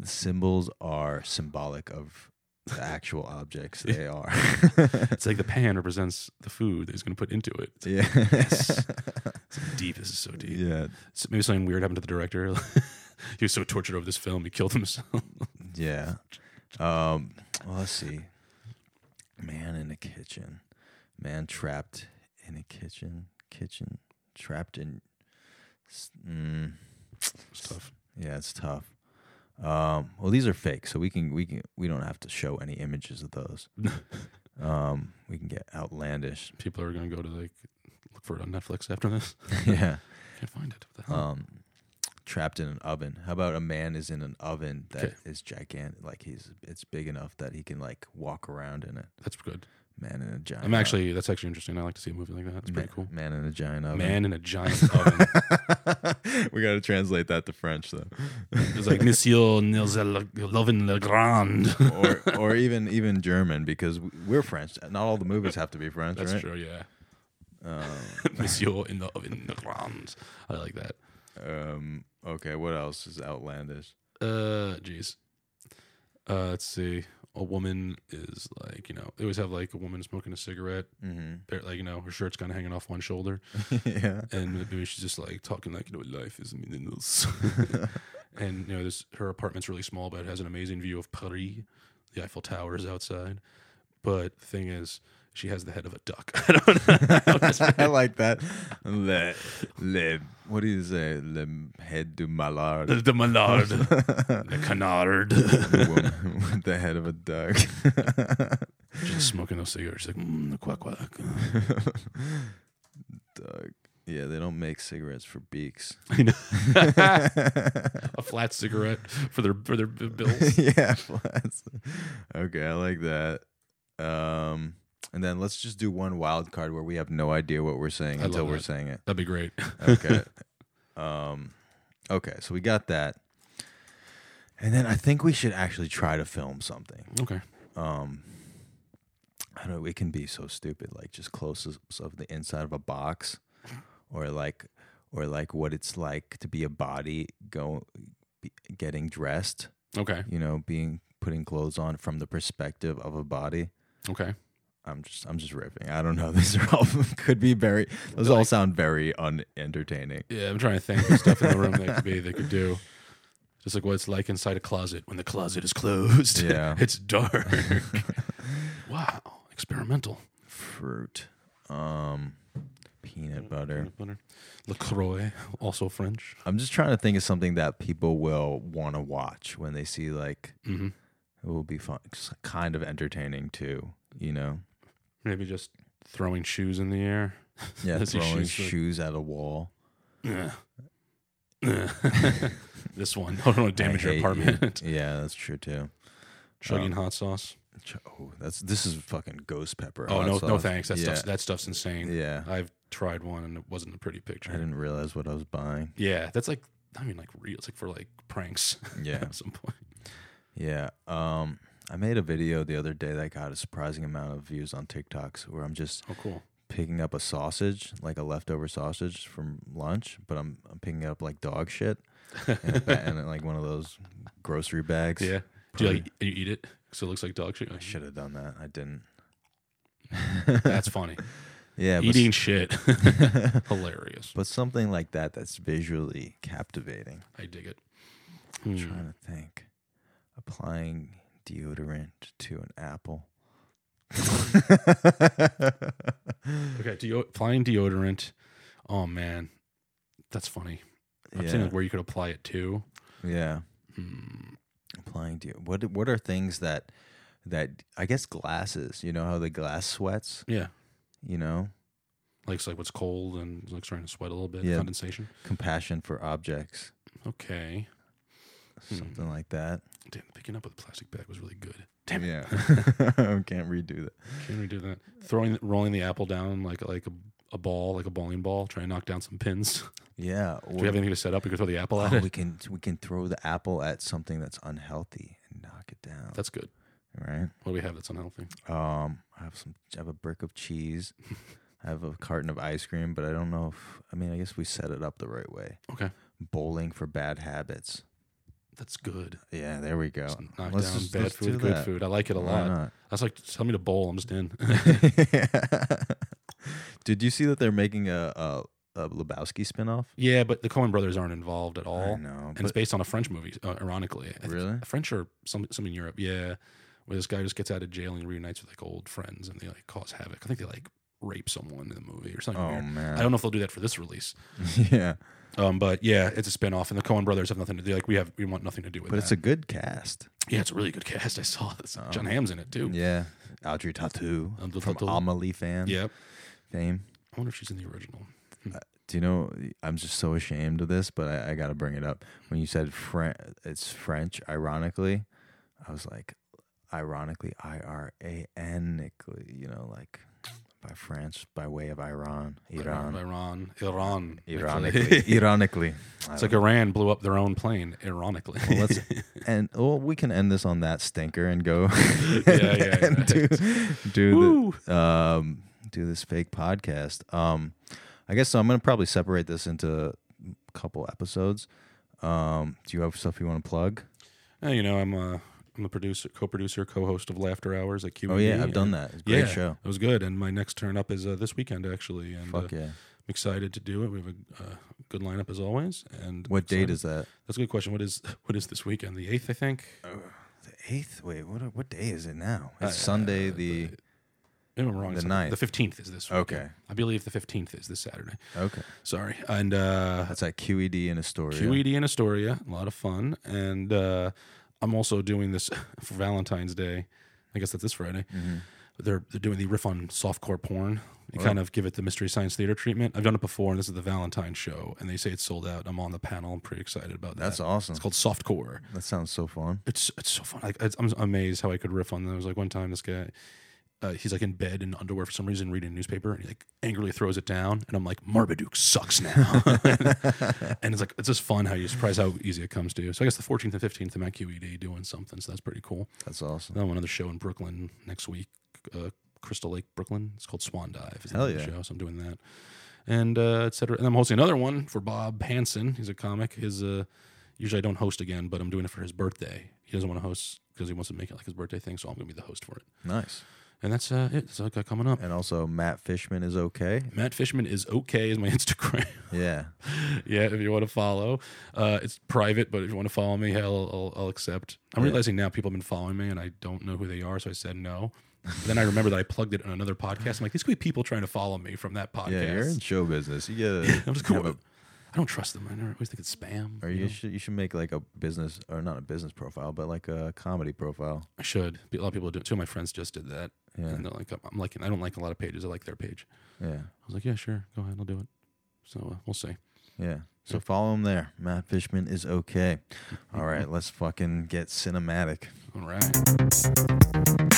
S1: symbols are symbolic of the actual objects they are.
S2: it's like the pan represents the food that he's going to put into it.
S1: Yeah.
S2: Yes. It's deep. This is so deep.
S1: Yeah.
S2: So maybe something weird happened to the director. [LAUGHS] he was so tortured over this film, he killed himself. [LAUGHS]
S1: Yeah. Um, well, let's see. Man in a kitchen. Man trapped in a kitchen. Kitchen trapped in. s- Mm,
S2: it's tough.
S1: yeah, it's tough. Um, well, these are fake, so we can we can we don't have to show any images of those. um, we can get outlandish.
S2: People are going to go to like look for it on Netflix after this.
S1: [LAUGHS]
S2: [LAUGHS]
S1: yeah.
S2: Can't find it. What the hell?
S1: Um, trapped in an oven. How about a man is in an oven that is
S2: Okay.
S1: gigantic? Like he's it's big enough that he can like walk around in it.
S2: that's good.
S1: Man in a giant.
S2: I'm
S1: oven.
S2: actually that's actually interesting. I like to see a movie like that. It's pretty
S1: Ma-
S2: cool.
S1: Man in a giant oven.
S2: Man in a giant oven.
S1: we got to translate that to French though,
S2: It's like Monsieur Nils Lovin Le Grand.
S1: [LAUGHS] or
S2: [LAUGHS]
S1: or even even German because we're French. Not all the movies have to be French,
S2: That's
S1: right?
S2: true. Yeah, [LAUGHS]
S1: Um,
S2: Monsieur in the oven Le Grand. I like that.
S1: um, okay, what else is outlandish?
S2: Uh, jeez. Uh, let's see. A woman is like you know they always have like a woman smoking a cigarette.
S1: hmm
S2: They're like you know her shirt's kind of hanging off one shoulder.
S1: [LAUGHS]
S2: [LAUGHS]
S1: yeah,
S2: and maybe she's just like talking like you know life is [LAUGHS] meaningless and you know this her apartment's really small but it has an amazing view of paris the eiffel tower is outside but the thing is she has the head of a duck [LAUGHS] i don't know
S1: I like that. Le, le, what do you say? Le head du malard.
S2: [LAUGHS] the
S1: [LAUGHS]
S2: mallard the canard
S1: Woman [LAUGHS] with the head of a duck. [LAUGHS]
S2: just smoking those cigarettes like mm, quack quack
S1: duck. Yeah, they don't make cigarettes for beaks.
S2: You know?
S1: [LAUGHS]
S2: a flat cigarette for their for their b- bills
S1: yeah, flats. Okay, I like that. Um, and then let's just do one wild card where we have no idea what we're saying
S2: I love
S1: until we're
S2: that.
S1: saying
S2: [LAUGHS]
S1: it.
S2: [LAUGHS] that'd be great
S1: Okay. um, okay, so we got that. And then I think we should actually try to film something.
S2: okay
S1: Um, I don't know. It can be so stupid, like just close-ups of the inside of a box, or like, or like what it's like to be a body go, be, getting dressed
S2: okay
S1: you know, being putting clothes on from the perspective of a body.
S2: okay
S1: I'm just I'm just riffing. I don't know. [LAUGHS] These are all could be very those all
S2: Like-
S1: sound very unentertaining.
S2: Yeah, I'm trying to think of stuff in the room that could be they could do. Just like what it's like inside a closet when the closet is closed.
S1: Yeah.
S2: [LAUGHS] it's dark. wow, experimental.
S1: Fruit. Um Peanut butter.
S2: Peanut butter. LaCroix, also French.
S1: I'm just trying to think of something that people will want to watch when they see like
S2: Mm-hmm.
S1: it will be fun, it's kind of entertaining too. You
S2: [LAUGHS]
S1: know,
S2: Maybe just throwing shoes in the air.
S1: yeah,
S2: That's your
S1: throwing
S2: shoes, like-
S1: shoes at a wall.
S2: Yeah. [LAUGHS] this one. I don't want to
S1: I
S2: damage your
S1: hate you. [LAUGHS]
S2: apartment.
S1: Yeah, that's true too.
S2: [LAUGHS] Chugging hot sauce.
S1: Ch- Oh, that's this is fucking ghost pepper.
S2: Oh
S1: hot
S2: no, no
S1: sauce.
S2: thanks. That
S1: yeah.
S2: stuff's that stuff's insane.
S1: Yeah,
S2: I've tried one and it wasn't a pretty
S1: I
S2: picture.
S1: didn't realize what I was
S2: [LAUGHS]
S1: buying.
S2: Yeah, that's like I mean like real. It's like for like pranks
S1: Yeah,
S2: at some point.
S1: yeah. Um, I made a video the other day that got a surprising amount of views on TikToks where I'm just
S2: Oh cool.
S1: picking up a sausage, like a leftover sausage from lunch, but I'm, I'm picking up like dog shit and, a ba- and like one of those grocery bags.
S2: [LAUGHS] [LAUGHS] Yeah. Do you like you eat it? So it looks like dog shit.
S1: I should have done that. I didn't.
S2: [LAUGHS] That's funny.
S1: [LAUGHS] Yeah, but,
S2: Eating shit. [LAUGHS] Hilarious.
S1: [LAUGHS] but something like that that's visually captivating.
S2: I dig it.
S1: I'm
S2: Hmm.
S1: trying to think. Applying deodorant to an apple. [LAUGHS]
S2: Okay, deo- applying deodorant. Oh man, that's funny. I'm
S1: yeah,
S2: saying like where you could apply it to.
S1: yeah.
S2: Hmm.
S1: Applying deodorant. What what are things that that I guess glasses? You know how the glass sweats.
S2: Yeah,
S1: You know,
S2: like it's like what's cold and like starting to sweat a little bit,
S1: Yeah.
S2: condensation.
S1: compassion for objects,
S2: Okay, Hmm.
S1: something like that.
S2: damn, picking up with a plastic bag was really good. Damn it,
S1: Yeah, [LAUGHS] I can't redo that.
S2: can we do that? Throwing, rolling the apple down like like a, a ball, like a bowling ball, trying to knock down some pins. [LAUGHS]
S1: Yeah, or,
S2: Do we have anything to set up? We could throw the apple at
S1: oh,
S2: [LAUGHS] it.
S1: we can we can throw the apple at something that's unhealthy and knock it down.
S2: That's good.
S1: right.
S2: What do we have that's unhealthy?
S1: Um, I have some. I have a brick of
S2: [LAUGHS]
S1: cheese. I have a carton of ice cream, but I don't know if. I mean, I guess we set it up the right way.
S2: Okay.
S1: Bowling for bad habits.
S2: That's good.
S1: Yeah, there we go.
S2: Just knock
S1: Let's
S2: down
S1: just-
S2: bad
S1: let's do
S2: food, good
S1: that.
S2: food. I like it a
S1: Why
S2: lot.
S1: not?
S2: That's like tell me to bowl. I'm
S1: [LAUGHS]
S2: just in. [LAUGHS]
S1: Did you see that they're making a a, a Lebowski spinoff?
S2: yeah, but the Cohen brothers aren't involved at all.
S1: I know.
S2: and it's based on a French movie, uh, ironically. I think-
S1: Really?
S2: French or some some in Europe, yeah. Where this guy just gets out of jail and reunites with like old friends, and they like cause havoc. I think they like rape someone in the movie or something.
S1: oh
S2: weird.
S1: man.
S2: I don't know if they'll do that for this release,
S1: [LAUGHS] yeah,
S2: um, but yeah, it's a spinoff, and the Coen Brothers have nothing to do. Like we have, we want nothing to do with
S1: but
S2: that.
S1: it's a good cast.
S2: yeah, it's a really good cast. I saw this. John Hamm's in it too.
S1: Yeah, Audrey Tautou
S2: Um, the
S1: from
S2: Tautou.
S1: Amelie fan
S2: Yeah.
S1: fame.
S2: I wonder if she's in the original.
S1: Do you know? I'm just so ashamed of this, but I, I got to bring it up. When you said French, it's French. Ironically, I was like, ironically, I R A N, you know, like by France, by way of Iran, Iran,
S2: Iran, Iran,
S1: ironically, ironically. I
S2: [LAUGHS] it's
S1: don't
S2: like Iran blew up their own plane. Ironically,
S1: Well,
S2: [LAUGHS]
S1: let's and well, we can end this on that stinker and go [LAUGHS]
S2: yeah, yeah.
S1: and do do the, um do this fake podcast. Um, I guess so. I'm gonna probably separate this into a couple episodes. Um, do you have stuff you want to plug?
S2: Uh, you know, I'm a I'm a producer, co-producer, co-host of Laughter Hours at QED.
S1: Oh yeah, I've done that. It's a great
S2: yeah,
S1: show.
S2: It was good, and my next turn up is uh, this weekend actually, and uh,
S1: Fuck yeah.
S2: I'm excited to do it. We have a uh, good lineup as always. And
S1: What date
S2: excited-
S1: is that?
S2: That's a good question. What is [LAUGHS] what is this weekend? The eighth, I think.
S1: The eighth. Wait, what? What day is it now? It's
S2: Uh,
S1: Sunday. The
S2: If I'm wrong.
S1: the
S2: it's
S1: ninth.
S2: The fifteenth is this.
S1: Okay.
S2: weekend. I believe the fifteenth is this Saturday.
S1: okay.
S2: Sorry, and uh,
S1: That's at QED in Astoria.
S2: QED in Astoria. A lot of fun. And uh, I'm also doing this [LAUGHS] for Valentine's Day. I guess that's this Friday.
S1: Mm-hmm.
S2: They're, they're doing the riff on softcore porn. They kind of give it the Mystery Science Theater treatment. I've done it before, and this is the Valentine show. And they say it's sold out. I'm on the panel. I'm pretty excited about that.
S1: That's awesome.
S2: It's called softcore.
S1: That sounds so fun.
S2: It's it's so fun. Like, it's, I'm amazed how I could riff on them. It was like one time this guy. Uh, he's like in bed in underwear for some reason, reading a newspaper, and he like angrily throws it down. And I'm like, Marmaduke sucks now. and it's like it's just fun how you surprise how easy it comes to you. So I guess the 14th and 15th I'm at QED E doing something, so that's pretty cool.
S1: That's awesome.
S2: I have another show in Brooklyn next week, uh, Crystal Lake, Brooklyn. It's called Swan Dive. Is the
S1: Hell
S2: name of the
S1: yeah.
S2: Show, so I'm doing that, and uh, et cetera. And I'm hosting another one for Bob Hansen. He's a comic. His uh, usually I don't host again, but I'm doing it for his birthday. He doesn't want to host because he wants to make it like his birthday thing, so I'm gonna be the host for it.
S1: Nice.
S2: And that's uh, it. That's all I got coming up.
S1: And also, Matt Fishman is okay.
S2: Matt Fishman is okay is my [LAUGHS] Instagram.
S1: [LAUGHS] Yeah.
S2: yeah, if you want to follow, uh, it's private. But if you want to follow me, hell, I'll, I'll accept. I'm
S1: Yeah.
S2: realizing now people have been following me, and I don't know who they are, so I said no. Then I remember that I plugged it on another podcast. I'm like, these could be people trying to follow me from that podcast.
S1: Yeah, you're in
S2: [LAUGHS]
S1: show business. You [LAUGHS] gotta.
S2: I'm just
S1: have
S2: cool. I I don't trust them. I never, always think it's spam.
S1: a- or you should you should make like a business or not a business profile, but like a comedy profile.
S2: I should. A lot of people do. Two of my friends just did that, and they're like, "I'm liking. I don't like a lot of pages. I like their page."
S1: Yeah,
S2: I was like, "Yeah, sure, go ahead, I'll do it." So uh, we'll see.
S1: yeah. So follow him there. Matt Fishman is okay. All right, let's fucking get cinematic.
S2: All right.